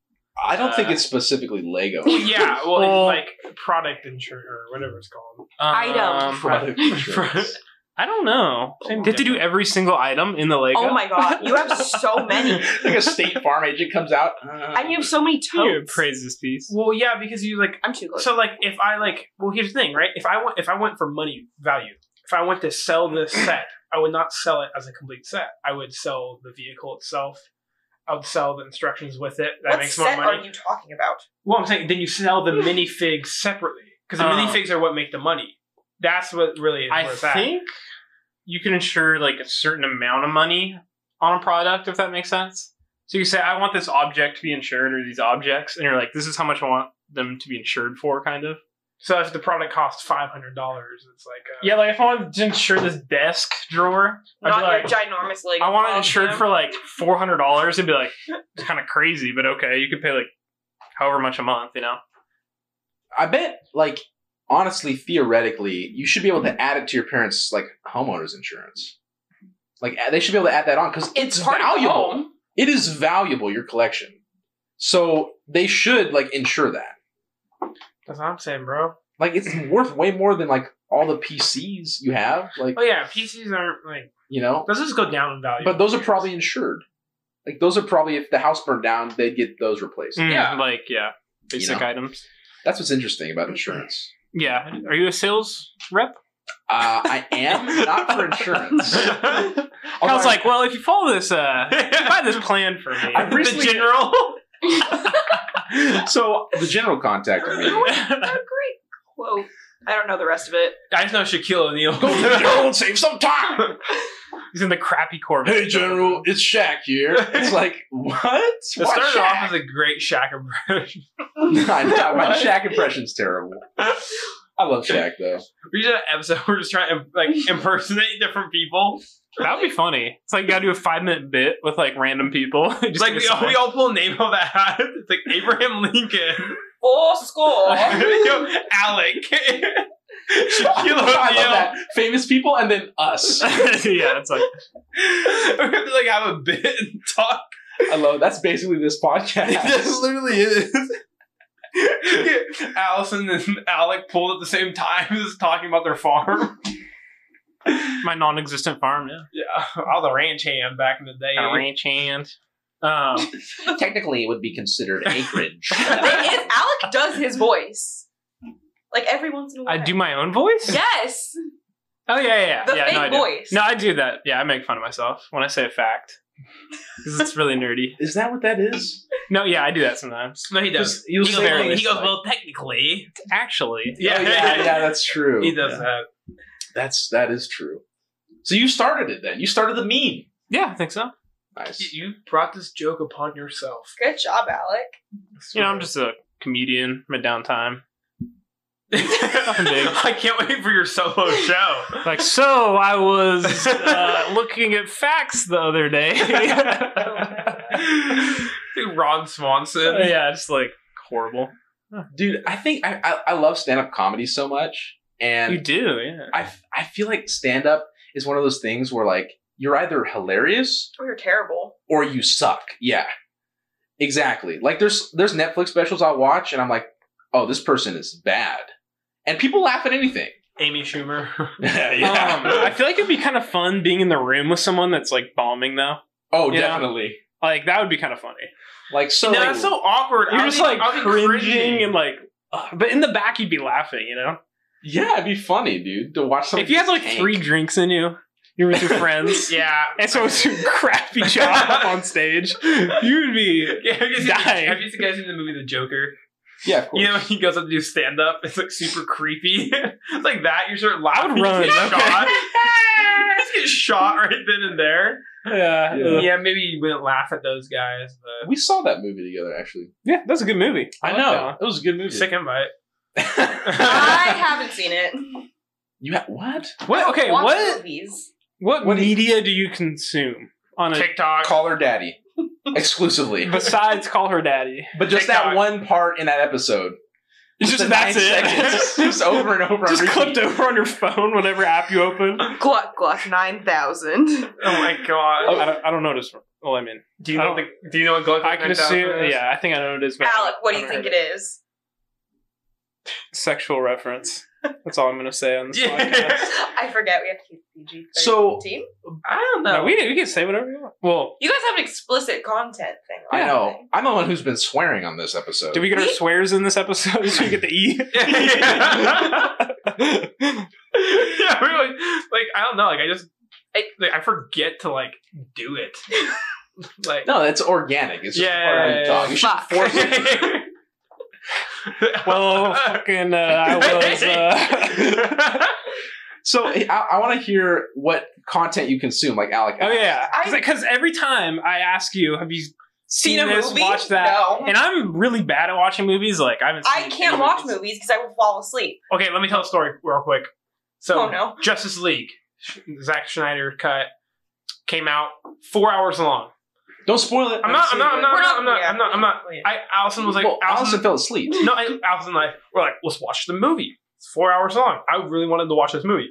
I don't think it's specifically Lego. yeah, well, Well- like product insurance or whatever it's called. Item. Product insurance. Um, I don't know. They have to do every single item in the Lego. Oh my god, you have so many. like a state farm agent comes out. uh, And you have so many You totes. praise this piece. Well, yeah, because you like I'm too close. so like if I like well here's the thing right if I want if I went for money value if I went to sell this set I would not sell it as a complete set I would sell the vehicle itself I would sell the instructions with it that what makes more set money are you talking about? well I'm saying then you sell the minifigs separately because the Oh. minifigs are what make the money that's what really is I where it's at. think you can insure like a certain amount of money on a product, if that makes sense. So you say, I want this object to be insured or these objects, and you're like, this is how much I want them to be insured for, kind of. so if the product costs five hundred dollars it's like uh, Yeah, like if I wanted to insure this desk drawer, I'd Not be like, your ginormous like. I um, want it log insured jam. for like four hundred dollars. It'd be like it's kind of crazy, but okay, you could pay like however much a month, you know. I bet, like, honestly, theoretically, you should be able to add it to your parents' like homeowners insurance. Like they should be able to add that on because it's, It's part of the valuable. home. It is valuable your collection, so they should like insure that. that's what I'm saying bro Like it's worth way more than like all the PCs you have. Like oh yeah PCs aren't like you know, those just go down in value but those are probably insured. Like those are probably if the house burned down, they'd get those replaced. yeah, Yeah. like yeah, basic know? items. That's what's interesting about insurance. Yeah, are you a sales rep? Uh, I am not for insurance. I was like, well, if you follow this, uh, if you buy this plan for me. I've the recently- general. so the general contact. I mean, What a great quote. I don't know the rest of it. I just know Shaquille O'Neal Go to the general and save some time. He's in the crappy Corvette. Hey, General, it's Shaq here. It's like, what? It It started off as a great Shaq impression. my Shaq impression's terrible. I love Shaq, though. We did an episode where we're just trying to like impersonate different people. That would be funny. It's like you gotta do a five minute bit with like random people. It's Just like get we all, assigned. we all pull a name off that hat. It's like Abraham Lincoln, Full score. Oh. Yo, Alec, Shaquille I love O'Neal. that. Famous people and then us. yeah, it's like We have to like have a bit and talk. I love that's basically this podcast. literally is. Allison and Alec pulled at the same time, just talking about their farm. my non existent farm, yeah. Yeah, I was a Oh, ranch hand back in the day. Got a ranch hand. Um, Technically, it would be considered acreage. It is- Alec does his voice. Like every once in a while. I do my own voice? Yes. Oh yeah, yeah, yeah. The yeah, fake no, I do. voice. No, I do that. Yeah, I make fun of myself when I say a fact. Because it's really nerdy. Is that what that is? No, yeah, I do that sometimes. No, he does. 'Cause You'll He say goes, things he goes like- well, technically. Actually. Oh, yeah, yeah, that's true. He does Yeah. that. That's that is true. So you started it then. You started the meme. Yeah, I think so. Nice. You brought this joke upon yourself. Good job, Alec. You know, I'm just a comedian, my downtime. I can't wait for your solo show. Like, so I was uh, looking at facts the other day. Dude, Ron Swanson. Oh, yeah, just like horrible. Dude, I think I, I, I love stand-up comedy so much. And You do, yeah. I, I feel like stand up is one of those things where like you're either hilarious Oh, you're terrible. or you suck. Yeah. Exactly. Like there's there's Netflix specials I watch and I'm like, "Oh, this person is bad." And people laugh at anything. Amy Schumer. Um, I feel like it'd be kind of fun being in the room with someone that's like bombing though. oh, yeah. definitely. Like that would be kind of funny. Like so no, that's so awkward. You're I'll just be- like I'll be cringing and like, ugh, but in the back you'd be laughing, you know. Yeah, it'd be funny, dude, to watch something. If you had like tank. three drinks in you, you're with your friends. Yeah. And so it's a crappy job up on stage. You would be. Yeah, have, you seen, Die. have you guys seen the movie The Joker? yeah, of course. You know, when he goes up to do stand up. It's like super creepy. it's like that. You're sort of laughing. would run, You get okay. shot. you just get shot right then and there. Yeah. Yeah. Yeah, Yeah, maybe you wouldn't laugh at those guys. But we saw that movie together, actually. that's a good movie. like it was a good movie. sick invite. I haven't seen it. you ha- what? that. What? Okay. Watch What? Movies. What, What do you- media do you consume on a TikTok. Call her daddy, exclusively. besides call her daddy? But just TikTok. that one part in that episode. It's the nine seconds, just over and over. on Just repeat. clipped over on your phone, whatever app you open. Gluck Gluck 9000. Oh my god. I don't, I don't notice. Well, I mean, Do you I know don't- the, Do you know what Gluck? I can assume. Yeah, I think I know what it is. but Alec, what do you I haven't think heard it is? Sexual reference. That's all I'm gonna say on this Yeah. podcast. I forget. We have to keep PG. So- team, I don't know. No, we we can say whatever we want. Well, you guys have an explicit content thing. I right? know. I'm the one who's been swearing on this episode. did we get our swears in this episode? Did we get the E? yeah, yeah, we like, like I don't know, like I just I, like, I forget to like do it, like No, that's organic. It's just Yeah, part of yeah, who you yeah, talk. yeah. You should Fuck. force it. well, fucking, uh, I was. Uh, So I, I want to hear what content you consume, like Alec. oh yeah, I- because every time I ask you, have you seen, Seen a this? movie? Watch that. No. And I'm really bad at watching movies. Like I haven't. Seen I can't watch movies. movies because I will fall asleep. okay, let me tell a story real quick. So oh no. Justice League, Sh- Zack Schneider cut came out four hours long. Don't spoil it. I'm not. I'm not. I'm not. We're not- I'm not. yeah. I'm not. I'm not. I Allison was like well, Allison Allison. fell asleep. No, I, Allison and I were like, let's watch the movie. It's four hours long. I really wanted to watch this movie.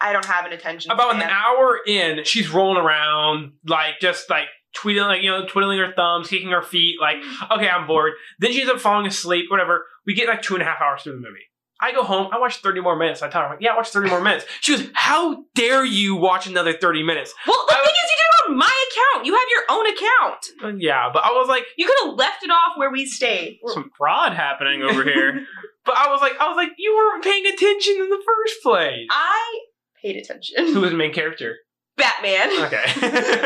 I don't have an attention. about an span. hour in, she's rolling around, like just like tweeting, like you know, twiddling her thumbs, kicking her feet, like okay, I'm bored. Then she ends up falling asleep, whatever. We get like two and a half hours through the movie. I go home, I watch 30 more minutes. I tell her, I'm like, yeah, I watch 30 more minutes. She goes, how dare you watch another 30 minutes? Well, the thing is, you did it on my account. You have your own account. Uh, Yeah, but I was like, You could have left it off where we stayed. Some fraud happening over here. but I was like, I was like, you weren't paying attention in the first place. I paid Who attention. was the main character? Batman. Okay.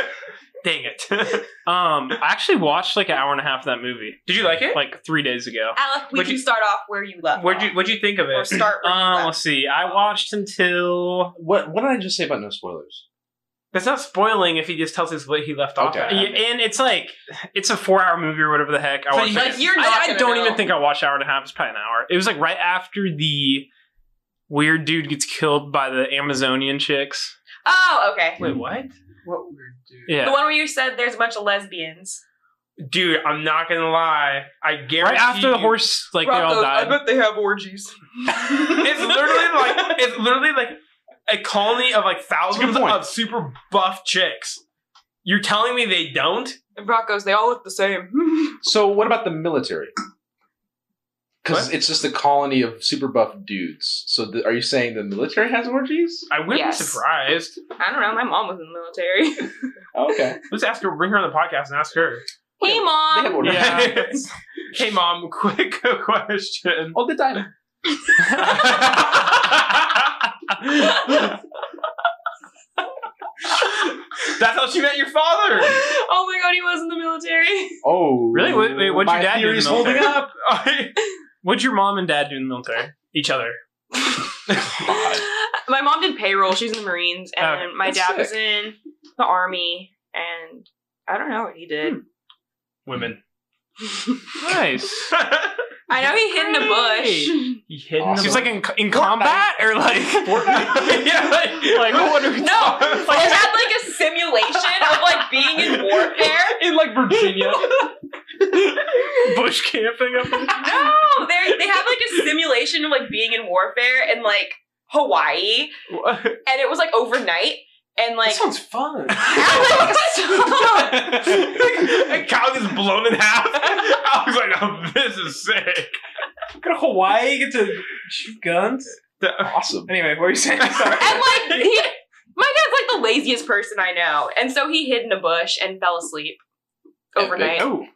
Dang it. um, I actually watched like an hour and a half of that movie Did you like it? like three days ago. Alec, we What'd can you- start off where you left. What'd you What'd you think of off, or it? start where you Um, left. let's see. I watched until What What did I just say about no spoilers? That's not spoiling if he just tells us what he left off. Okay. At. yeah, and it's like it's a four hour movie or whatever the heck. I So watched. you- Like, Like you're not. I, I gonna don't know. even think I watched hour and a half. It's probably an hour. It was like right after the weird dude gets killed by the Amazonian chicks. Oh, okay. Wait, what? What weird dude? Yeah. The one where you said there's a bunch of lesbians. Dude, I'm not gonna lie. I guarantee. Right after the you- horse, like they all died. bet they have orgies. it's literally like it's literally like a colony of like That's a thousands good point. of super buff chicks. You're telling me they don't? And Brock goes, they all look the same. So what about the military? Because What? it's just a colony of super buff dudes. So the, are you saying the military has orgies? I wouldn't Yes. be surprised. I don't know. My mom was in the military. Oh, Okay. Let's ask her. Bring her on the podcast and ask her. hey, They have mom. orgies Yeah. hey, mom. Quick question. all Oh, the time. That's how she met your father. oh my god, he was in the military. Oh, Really? Wait, wait, what'd my your dad do in the theory's holding military? up. What'd your mom and dad do in the military? Each other. God. my mom did payroll. She's in the Marines, and my that's dad sick. was in the Army, and I don't know what he did. Women. Nice. I know he hid in a bush. he hid Awesome. She's like in, in combat or like yeah, like, like what are we No, they had like a simulation of like being in warfare. in like Virginia. bush camping up? in- No, they they had like a simulation of like being in warfare in like Hawaii, and it was like overnight, and like. sounds fun. Alex, stop. and Kyle gets blown in half. I was like, oh, this is sick. Go to Hawaii, get to shoot guns. awesome. Anyway, what were you saying? Sorry. and like he, my dad's like the laziest person I know, and so he hid in a bush and fell asleep Epic. overnight. Oh,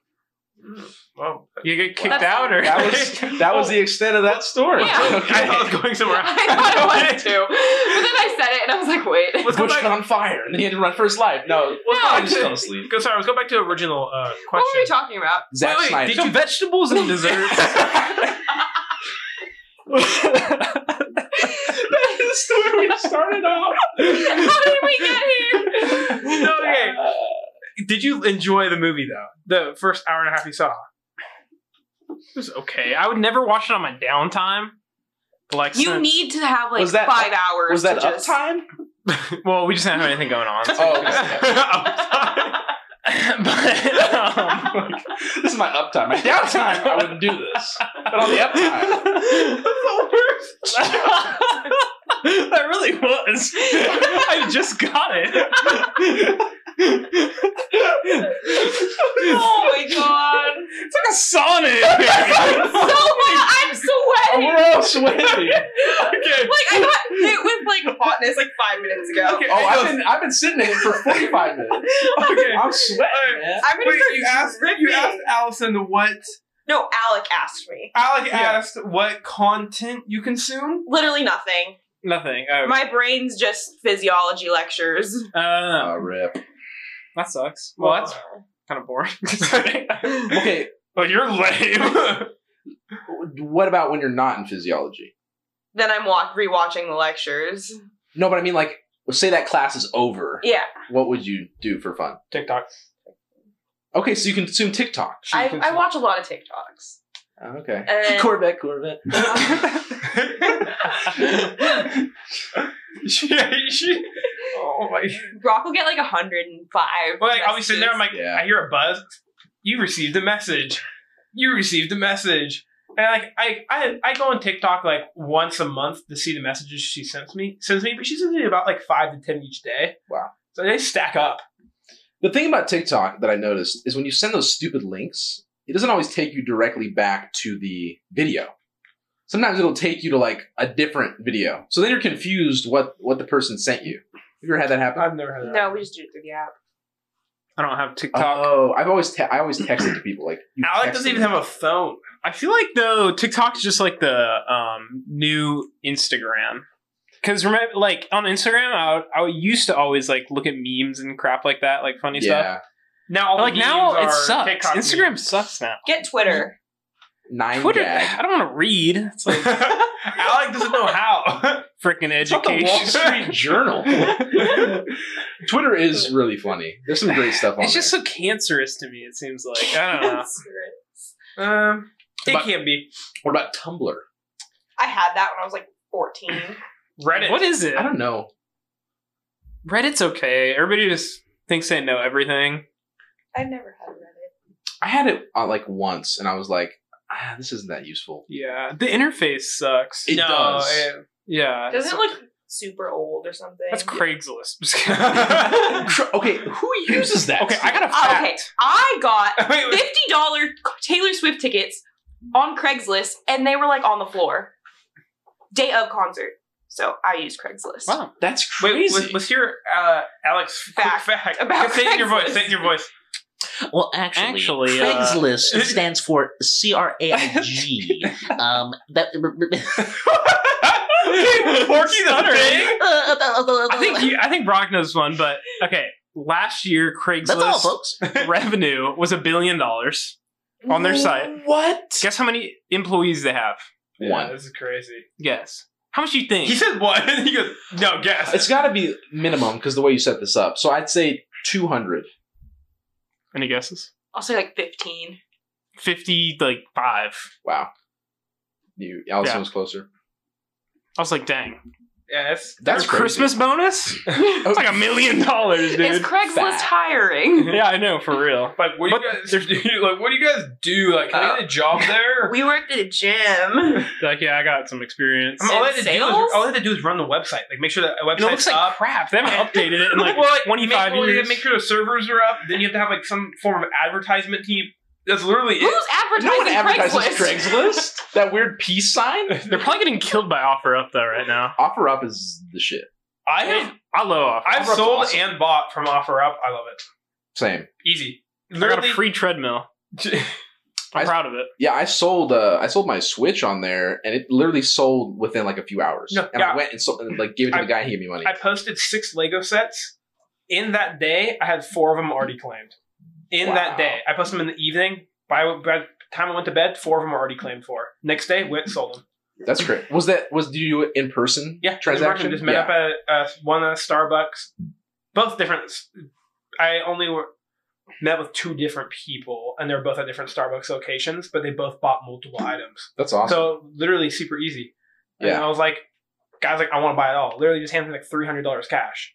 Well, You get kicked That's- out, or That was that was the extent of that story. Yeah. I thought it was going somewhere. I thought it was too. But then I said it and I was like, wait. Let's go Bush back. got on fire, and then he had to run for his life. No, Let's No, go I back just fell to, asleep. go, sorry, let's go back to the original uh, question. What were we talking about? Zack wait, Snyder. did you- vegetables and That's the way we started off. How did we get here? No, okay. Uh, Did you enjoy the movie though? The first hour and a half you saw. It was okay. I would never watch it on my downtime. But like, You since- need to have like Was that- five hours. Was that to just... uptime? well, we just didn't have anything going on. um, so- Oh, okay. but um, this is my uptime. My downtime, I wouldn't do this. But on the uptime, that really was. I just got it. Oh my god. It's like a sauna. so hot. I'm sweating. we're all okay. sweating. Like I got hit with like hotness like five minutes ago. Okay. Oh, I've been, I've been sitting in it for 45 minutes. Okay. I'm sweating, man. I'm gonna Wait, start you asked dripping. you asked Allison what No, Alec asked me. Alec Yeah. asked what content you consume. Literally nothing. Nothing. Oh, My brain's just physiology lectures. uh, Ah, rip. that sucks. Well, that's kind of boring. Okay, well, you're lame. what about when you're not in physiology? Then I'm wa- rewatching the lectures. No, but I mean, like, say that class is over. Yeah, What would you do for fun? TikTok. Okay, so you consume TikTok. I, I watch a lot of TikToks. Oh, okay. And then- Corvette, Corvette. she, she, oh my. Brock will get like 105. Well, like, I'll be sitting there. I'm like, Yeah. I hear a buzz. You received a message. You received a message. And like, I, I, I go on TikTok like once a month to see the messages she sends me. Sends me, but she sends me about like five to ten each day. Wow. So they stack up. The thing about TikTok that I noticed is when you send those stupid links, it doesn't always take you directly back to the video. Sometimes it'll take you to like a different video. So then you're confused what what the person sent you. Have you ever had that happen? I've never had that. no, we just do it through the app. I don't have TikTok. Oh, I've always te- I always texted to people like you Alec text doesn't even them. have a phone. I feel like though TikTok's just like the um, new Instagram. Because remember, like on Instagram, I, would- I used to always like look at memes and crap like that, like funny stuff. yeah Now, all But, like the now, memes it are sucks. TikTok Instagram memes. sucks now. Get Twitter. nine Twitter, gag. I don't want to read. It's like Alec doesn't know how. freaking It's not the Wall education. Street Journal. Twitter is really funny. There's some great stuff on It's just there. so cancerous to me. It seems like I don't know. um, it But- can't be what about Tumblr? I had that when I was like 14. Reddit. What is it? I don't know. Reddit's okay. Everybody just thinks they know everything. I've never had Reddit. I had it uh, like once, and I was like, ah, this isn't that useful. Yeah, the interface sucks. It no, does. it- yeah, Doesn't it look super old or something? that's Craigslist. Just kidding. Cr- okay, who uses that? okay, I got a Oh, fact. okay, I got Wait, wait. fifty dollar Taylor Swift tickets on Craigslist, and they were like on the floor day of concert. So I used Craigslist. Wow. That's Wait, crazy. let's, let's hear uh, Alex quick Fact fact. about say it in your voice. Craigslist. Say it in your voice. Well, actually, Actually, uh, Craigslist stands for C R A I G. Um, that. Porky the Stuttering. pig. I think you, I think Brock knows one, but okay. Last year, that's all, Craigslist folks. revenue was a billion dollars on their site. What? Guess how many employees they have? One. This is crazy. Guess how much do you think? He said one. He goes, no, guess. It's got to be minimum because the way you set this up. So I'd say 200. Any guesses? I'll say like fifteen. Fifty, like five. Wow. You, Allison Yeah. was closer. I was like, dang. yes. That's Their crazy. Christmas bonus? Oh, It's like a million dollars, Is dude. Craigslist fact. hiring? yeah, I know, for real. Like what do you guys do? Like what do you guys do? Like can I get a job there? Uh, We worked at a gym. Like, yeah, I got some experience. I mean, all, I had to And do is, sales? all I had to do is run the website. Like make sure that website's And it looks like up. crap. They haven't updated it in like, Well, like, 25 make, well, you years. gotta make sure the servers are up. Then you have to have like some form of advertisement team. That's literally it. Who's No advertising one advertises Craigslist? Craigslist. that weird peace sign. They're probably getting killed by OfferUp, though, right now. Offer up is the shit. I have I love OfferUp. I've OfferUp's sold awesome. and bought from OfferUp. I love it. Same. Easy. I got a Literally, free treadmill. I'm I- proud of it. Yeah, I sold uh I sold my Switch on there and it literally sold within like a few hours. No, and yeah. I went and sold and, like gave it to I- the guy and he gave me money. I posted six Lego sets. In that day, I had four of them already claimed. In Wow. that day, I posted them in the evening. By, by the time I went to bed, four of them were already claimed for. Next day, went and sold them. That's great. Was that was did you do it in person? Yeah, transaction. Just met yeah. up at uh, one at Starbucks. Both different. I only were, met with two different people, and they're both at different Starbucks locations, but they both bought multiple items. That's awesome. So literally super easy. And Yeah. I was like, guys, like I want to buy it all. Literally just handed me like three hundred dollars cash,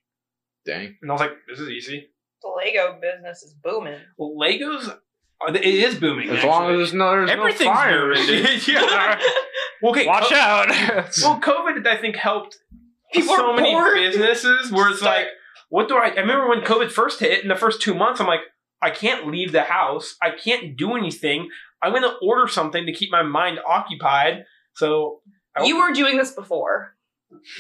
Dang. and I was like, this is easy. The Lego business is booming. Well, Legos, uh, it is booming. As long as actually. there's no there's everything's no fire. booming. dude. yeah. Well, Okay. Watch co- out. Well, COVID, I think, helped People so are many bored. businesses where it's Start- like, what do I? I remember when COVID first hit in the first two months, I'm like, I can't leave the house. I can't do anything. I'm going to order something to keep my mind occupied. So I- You were doing this before.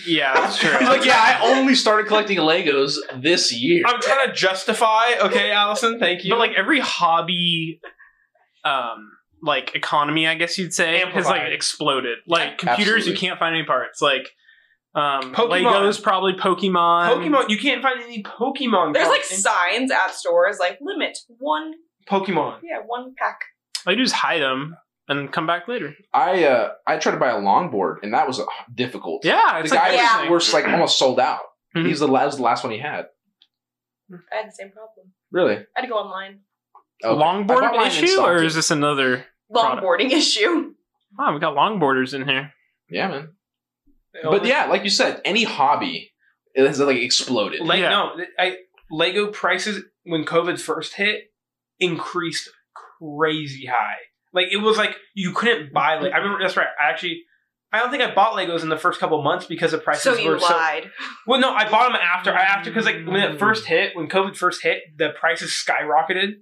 yeah, that's true. He's like, yeah, I only started collecting Legos this year. I'm trying to justify. Okay, Allison, thank you. But like every hobby, um, like economy, I guess you'd say, has Amplified. like exploded. Like computers, Absolutely. you can't find any parts. Like um, Pokemon. Legos, probably Pokemon. Pokemon, you can't find any Pokemon. There's like cards. signs at stores like limit one, Pokemon. yeah, one pack. All you do is hide them and come back later. I uh I tried to buy a longboard and that was uh, difficult. Yeah, The it's guy like Yeah. was, was like almost sold out. Mhm. He's the last, was the last one he had. I had the same problem. Really? Oh, I had to go online. Okay. I bought longboard mine issue, installed or it. is this another? Product. Longboarding issue. Wow, we got longboarders in here. Yeah, man. But yeah, like you said, any hobby it has like exploded. Like Yeah. no, I Lego prices when COVID first hit increased crazy high. Like it was like you couldn't buy like I Mm-hmm. remember that's right. I actually I don't think I bought Legos in the first couple months because the prices so you were so lied. Well no, I bought them after I after cuz like when Mm. it first hit, when COVID first hit, the prices skyrocketed.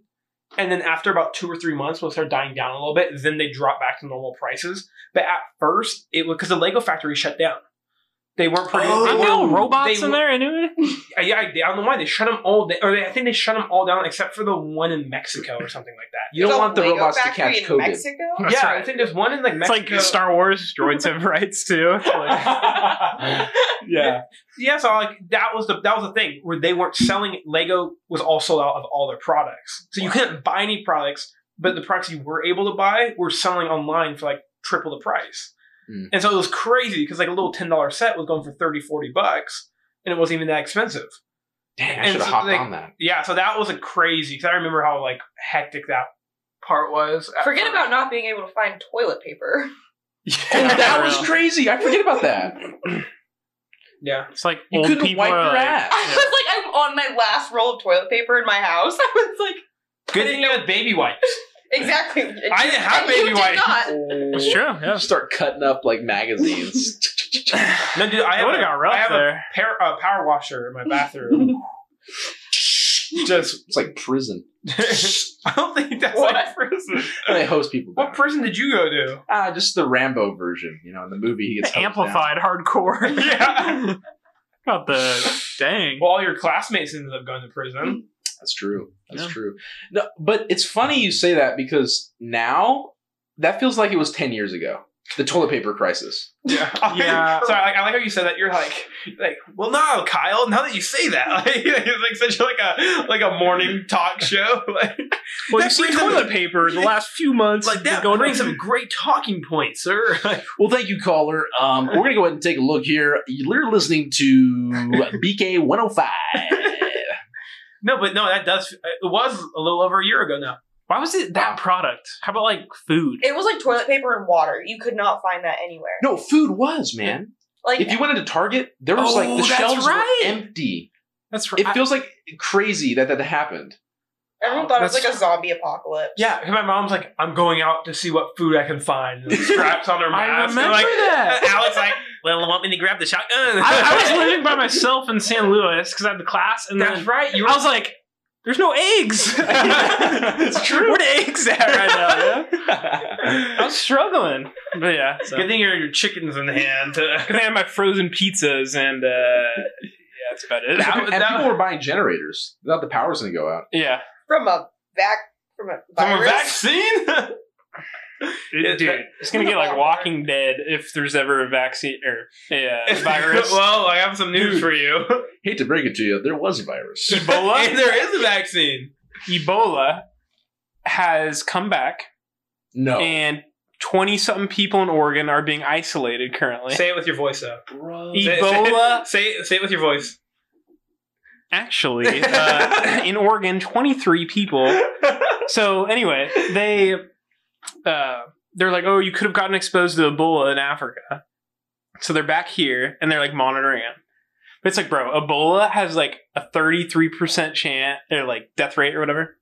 And then after about 2 or 3 months when it started dying down a little bit, then they dropped back to normal prices. But at first, it was cuz the Lego factory shut down. They weren't producing Aren't there all they- Oh. robots Oh, they- in there anyway? I, Uh, I, I don't know why they shut them all. They, or they, I think they shut them all down except for the one in Mexico or something like that. you There's don't a want the Lego robots to factory catch in COVID. Mexico? That's yeah, I right. think there's one in like It's Mexico. like Star Wars. Droids have rights too. Like, yeah, yeah. So like that was the that was the thing where they weren't selling. Lego was all sold out of all their products, so you couldn't buy any products. But the products you were able to buy were selling online for like triple the price. Hmm. Mm. And so it was crazy because like a little ten dollar set was going for 30, 40 bucks, and it wasn't even that expensive. Dang, I And should have so, hopped like- on that. yeah, so that was a crazy because I remember how like hectic that part was. at Forget first. about not being able to find toilet paper. And that For was real. crazy. I forget about that. yeah. it's like You old couldn't people wipe are your like, I ass. was like, I'm on my last roll of toilet paper in my house. I was like, Good thing you had baby wipes. exactly. I didn't have And baby you wipes. Did not. It's true. Yeah. Start cutting up like magazines. No, dude, I I have would a, have got rough I have a there. pair, uh, power washer in my bathroom. Just, it's like prison. I don't think that's What? like prison. They host people. What Down. prison did you go to? Ah, just the Rambo version. You know, in the movie, he gets hosed down. Amplified hardcore. Yeah. Got the dang. Well, all your classmates ended up going to prison. That's true. That's Yeah. true. No, but it's funny you say that because now that feels like it was ten years ago. The toilet paper crisis. Yeah. Yeah. Sorry, I, I like how you said that. You're like, like, well, no, Kyle. Now that you say that, like, it's like such like a like a morning talk show. Like, Well, That you see brings toilet up- paper the last few months. like that going brings up. up great talking points, sir. Well, thank you, caller. Um, we're gonna go ahead and take a look here. You're listening to BK 105. no, but no, that does. It was a little over a year ago now. Why was it that Wow. product? How about like food? It was like toilet paper and water. You could not find that anywhere. No, food was man. Like If you went into Target, there was like Oh, the that's shelves right. were empty. That's right. It feels like crazy that that happened. everyone thought it was That's- like a zombie apocalypse. Yeah, 'cause my mom's like, I'm going out to see what food I can find. And the straps on her I mask. remember and like, that. and Alex like, well, want me to grab the shotgun? I, I was living by myself in San Luis because I had the class, and That's then right. You I was like, "There's no eggs." it's true. Where the eggs at right now? Yeah? I were. was struggling, but yeah. So. Good thing you had your chickens in hand. Good thing I had my frozen pizzas, and uh, yeah, that's about it. That- and people were buying generators. Thought the power's gonna go out. yeah. From a vac from a From a virus. vaccine? It- dude, it's gonna get like Walking Dead if there's ever a vaccine or a uh, virus. well, I have some news Dude. for you. Hate to break it to you, there was a virus. And Ebola, there is a vaccine. Ebola has come back, Oh. No, and twenty something people in Oregon are being isolated currently. Say it with your voice, though. bro. Say- say- Ebola? Say, say it with your voice. Actually, uh, in Oregon, twenty three people so anyway, they uh, they're like, oh, you could have gotten exposed to Ebola in Africa. So they're back here and they're like monitoring it. But it's like, bro, Ebola has like a thirty three percent chance or like death rate or whatever.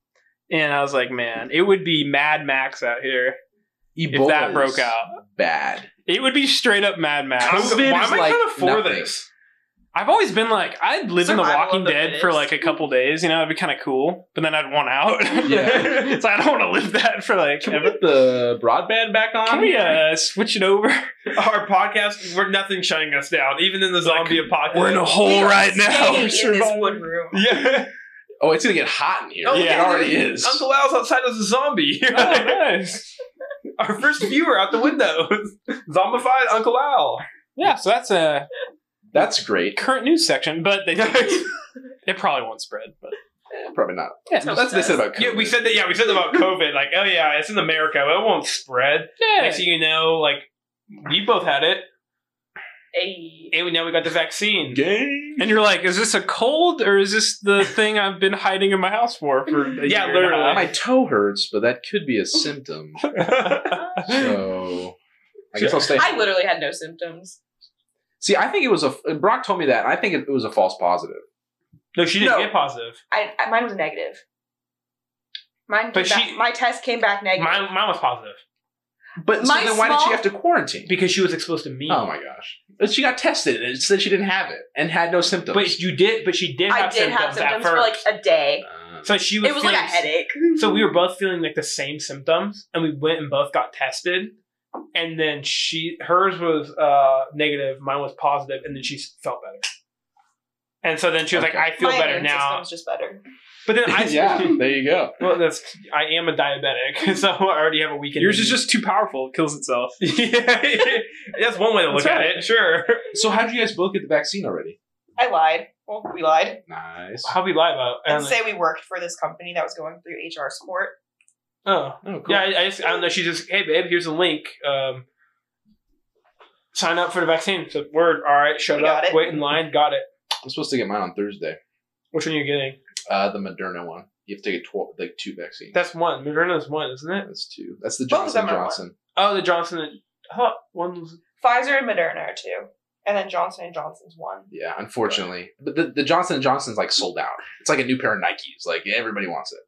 And I was like, man, it would be Mad Max out here if Ebola that broke is out. Bad. It would be straight up Mad Max. I'm- COVID Why is am I like kinda for nothing. this? I've always been like, I'd live in The Survival of Walking the Dead for fittest. like a couple days, you know, it'd be kind of cool. But then I'd want out. Yeah. so I don't want to live that for like Can we ever. get the broadband back on? Can Um, we uh, switch it over? Our podcast, we're nothing shutting us down, even in the zombie apocalypse. hole Staying in this wood room. Yeah. oh, it's gonna get hot in here. Oh, yeah. it already is. Uncle Al's outside as a zombie. Oh, nice. Our first viewer out the window. Zombified Uncle Al. Yeah, so that's a That's great. current news section, but they it probably won't spread. But Eh, Probably not. yeah, So- That's what they said about COVID. Yeah, we said that. Yeah, we said about COVID. Like, oh yeah, it's in America. It won't spread. yeah. Next thing you know, like, we both had it, Hey. and we now we got the vaccine. Gang. And you're like, is this a cold or is this the thing I've been hiding in my house for? for a Yeah, year and a half? My toe hurts, but that could be a symptom. So I guess I'll stay. I literally had no symptoms. See, I think it was a. Brock told me that. and I think it, it was a false positive. no, she didn't No. get positive. I, I mine was negative. Mine But came back- she- my test came back negative. Mine, mine was positive But so My then why did she small- have to quarantine? because she was exposed to me. Oh my gosh! But she got tested and it said she didn't have it and had no symptoms. But you did. But she did. I have did symptoms have symptoms at for like first. a day. Uh, So she was. It was like a feeling- headache. So we were both feeling like the same symptoms, and we went and both got tested. And then she, hers was uh, negative, mine was positive, and then she s- felt better. And so then she was Okay. like, "I feel my better immune now." System's just better. But then I, yeah, there you go. well, that's I am a diabetic, so I already have a weakened. Yours is just too powerful; it kills itself. yeah, that's one way to look That's at right. it. Sure. So how did you guys both get the vaccine already? I lied. Well, we lied Nice. How we uh, lie about? I and don't say we worked for this company that was going through HR support. know. Oh, oh, yeah. I, I just I don't know. She's just, hey babe, here's a link. Um, sign up for the vaccine. So word, all right, showed We up, got it. wait in line, got it. I'm supposed to get mine on Thursday. Which one are you getting? Uh, the Moderna one. You have to take a twelve, like two vaccines. That's one. Moderna's one, isn't it? That's two. That's the Both of Johnson them are Johnson. Oh, the Johnson. And, I thought one was. Pfizer and Moderna are two, and then Johnson and Johnson's one. Yeah, unfortunately, but the, the Johnson and Johnson's like sold out. It's like a new pair of Nikes. Like everybody wants it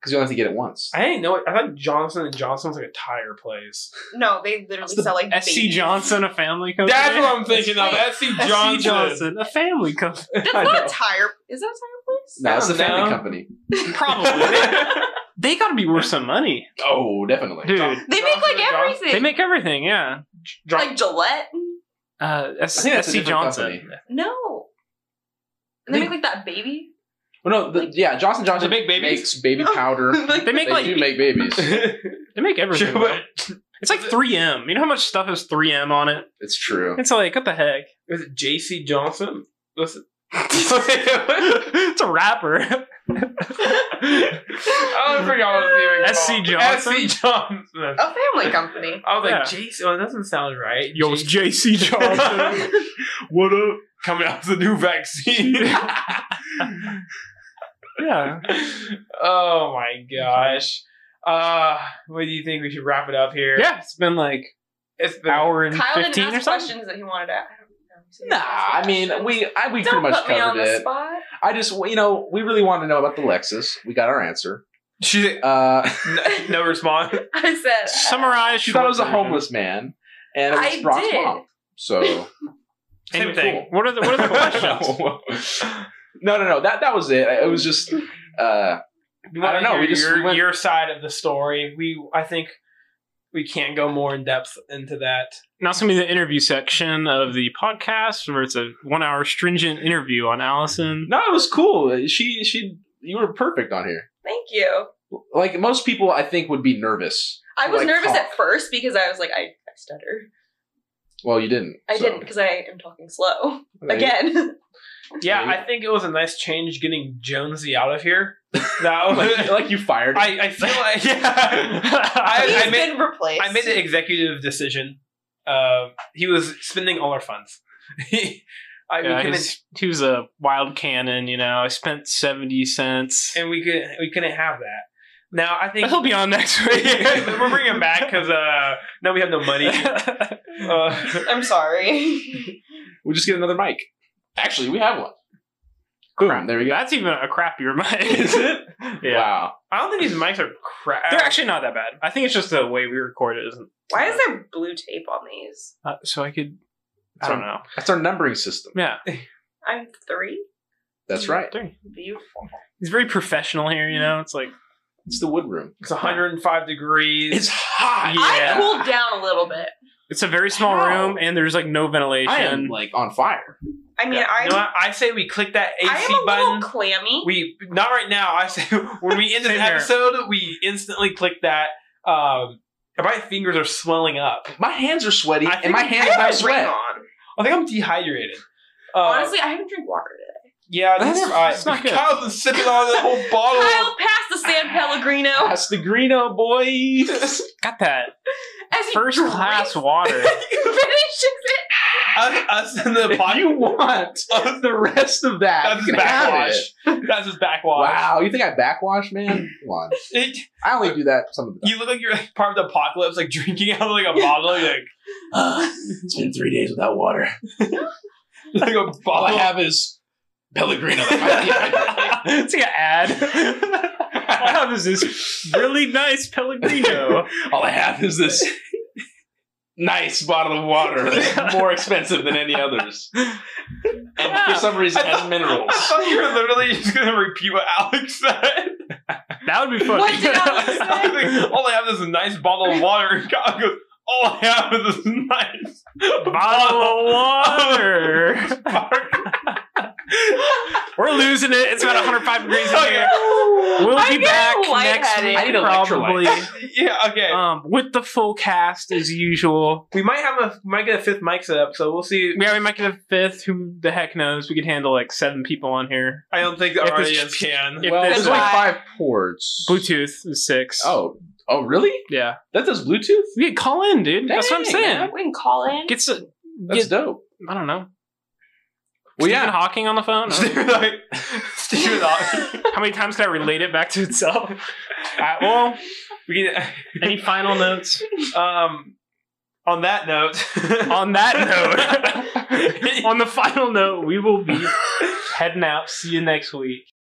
because you only have to get it once. I didn't know. It. I thought Johnson and Johnson was like a tire place. No, they literally the sell like SC babies. Johnson, a family company. That's what I'm thinking of. Wait. SC SC Johnson. Johnson, a family company. That's I not know. a tire. Is that a tire place? No, it's a I don't family know. company. Probably they got to be worth some money, Oh, definitely. dude. They make Johnson like and Johnson. everything. They make everything. Yeah, John- Mm. like Gillette. uh, I S- think that's a SC different Johnson. company. No, they, They- make like that baby. Well, no, the, yeah, Johnson Johnson They make babies? makes baby powder. Like, They make they like do make babies. they make everything. Sure, bro. but It's like 3M. You know how much stuff has 3M on it? It's true. It's like, what the heck? was it JC Johnson? Was it? It's a rapper. I forgot what I was SC even called. Johnson? SC Johnson. a family company. I was Yeah. like, JC. Well, that doesn't sound right. Yo, it's JC Johnson. what up? Coming out with a new vaccine. yeah. oh my gosh. Uh, what do you think? We should wrap it up here. Yeah, it's been like it's been hour and Kyle 15 didn't or ask something. questions that he wanted to. ask. Nah, I mean, we I, we Don't pretty much put me on covered the it. spot. I just you know we really want to know about the Lexus. We got our answer. She Uh, no, no response. I said Summarize. she thought it was a short version. homeless man, and it was I Brock's did. mom. So Same And- thing. What are the What are the questions? questions? no, no, no. That that was it. It was just. Uh, We I want don't to know, know. we just your, went- your side of the story. We I think we can't go more in depth into that. Now it's gonna be the interview section of the podcast, where it's a one-hour stringent interview on Allison. no, it was cool. She she you were perfect on here. thank you. Like most people, I think would be nervous I was Like nervous cock. at first because I was like, I, I stutter. Well, you didn't. I so. didn't because I am talking slow There you- again. Yeah, Maybe. I think it was a nice change getting Jonesy out of here. That Like, was, like you fired. him. I, I feel like yeah. I, He's I made been replaced. I made an executive decision. Um he was spending all our funds. I, we Yeah, couldn't, he's- he was a wild cannon, you know. I spent 70 cents. and we could we couldn't have that. Now I think But he'll be on next week. we're bringing him back because uh, now we have no money. Uh, I'm sorry. We'll just get another mic. Actually, we have one. Crap, there we go. That's even a crappier mic. Is it? Yeah. Wow. I don't think these mics are crap. They're actually not that bad. I think it's just the way we record it isn't. Why is there blue tape on these? Uh, so I could. I don't know. That's our numbering system. Yeah. I'm three. That's right. Beautiful. He's very professional here, you know? It's like. It's the wood room. It's 105 degrees. It's hot. Yeah. I cooled down a little bit. It's a very small How? room and there's like no ventilation. I am like on fire. I mean, Yeah. I'm You know what? I say we click that AC I am a button. little clammy. We not right now. I say when we end this Same here. episode, we instantly click that. Um, my fingers are swelling up. My hands are sweaty, I and think- my I hands now have a ring sweat. on. I think I'm dehydrated. Uh, Honestly, I haven't drank water today. yeah, that's, That's- I, that's not good. Kyle's been sipping on the whole bottle. Kyle, pass the San Pellegrino That's the Greeno boys. Got that as he first drinks- class water. finishes it. us, us in the if pot. you want the rest of that, That's you his can have backwash. it. That's his backwash. Wow, you think I backwash, man? Come on. It- I only do that some of the time. you look like you're like part of the apocalypse, like drinking out of like a bottle, you're like Uh, it's been three days without water. like a All I bottle. have is Pellegrino. it's like an ad. Wow, this is really nice Pellegrino. All I have is this nice bottle of water that's more expensive than any others. And for some reason I has thought- minerals. I thought you were literally just gonna repeat what Alex said. That would be funny. What did Alex I was like, all I have is a nice bottle of water. And Kyle goes, all I have is this nice Bottle of water. spark. We're losing it. It's about 105 degrees in here. We'll I'm be getting back next lightheaded. week, I need probably. yeah, okay. Um, with the full cast as Uh, usual. we might have a might get a fifth mic set up, so we'll see. Yeah, we might get a fifth. Who the heck knows? We could handle like seven people on here. I don't think our If this- audience can. if well, this- there's only Why? five ports. Bluetooth is six. Oh, oh, really? yeah. That does Bluetooth? Yeah, call in, dude. That's what I'm Dang, saying. We can call in. Get s That's get, dope. I don't know. Well, Stephen yeah. Hawking on the phone. I don't Stephen, like, Stephen, Hawking. know. How many times can I relate it back to itself? Alright, Uh, well, we can. any final notes Um, on that note, on that note? on the final note, we will be heading out. See you next week.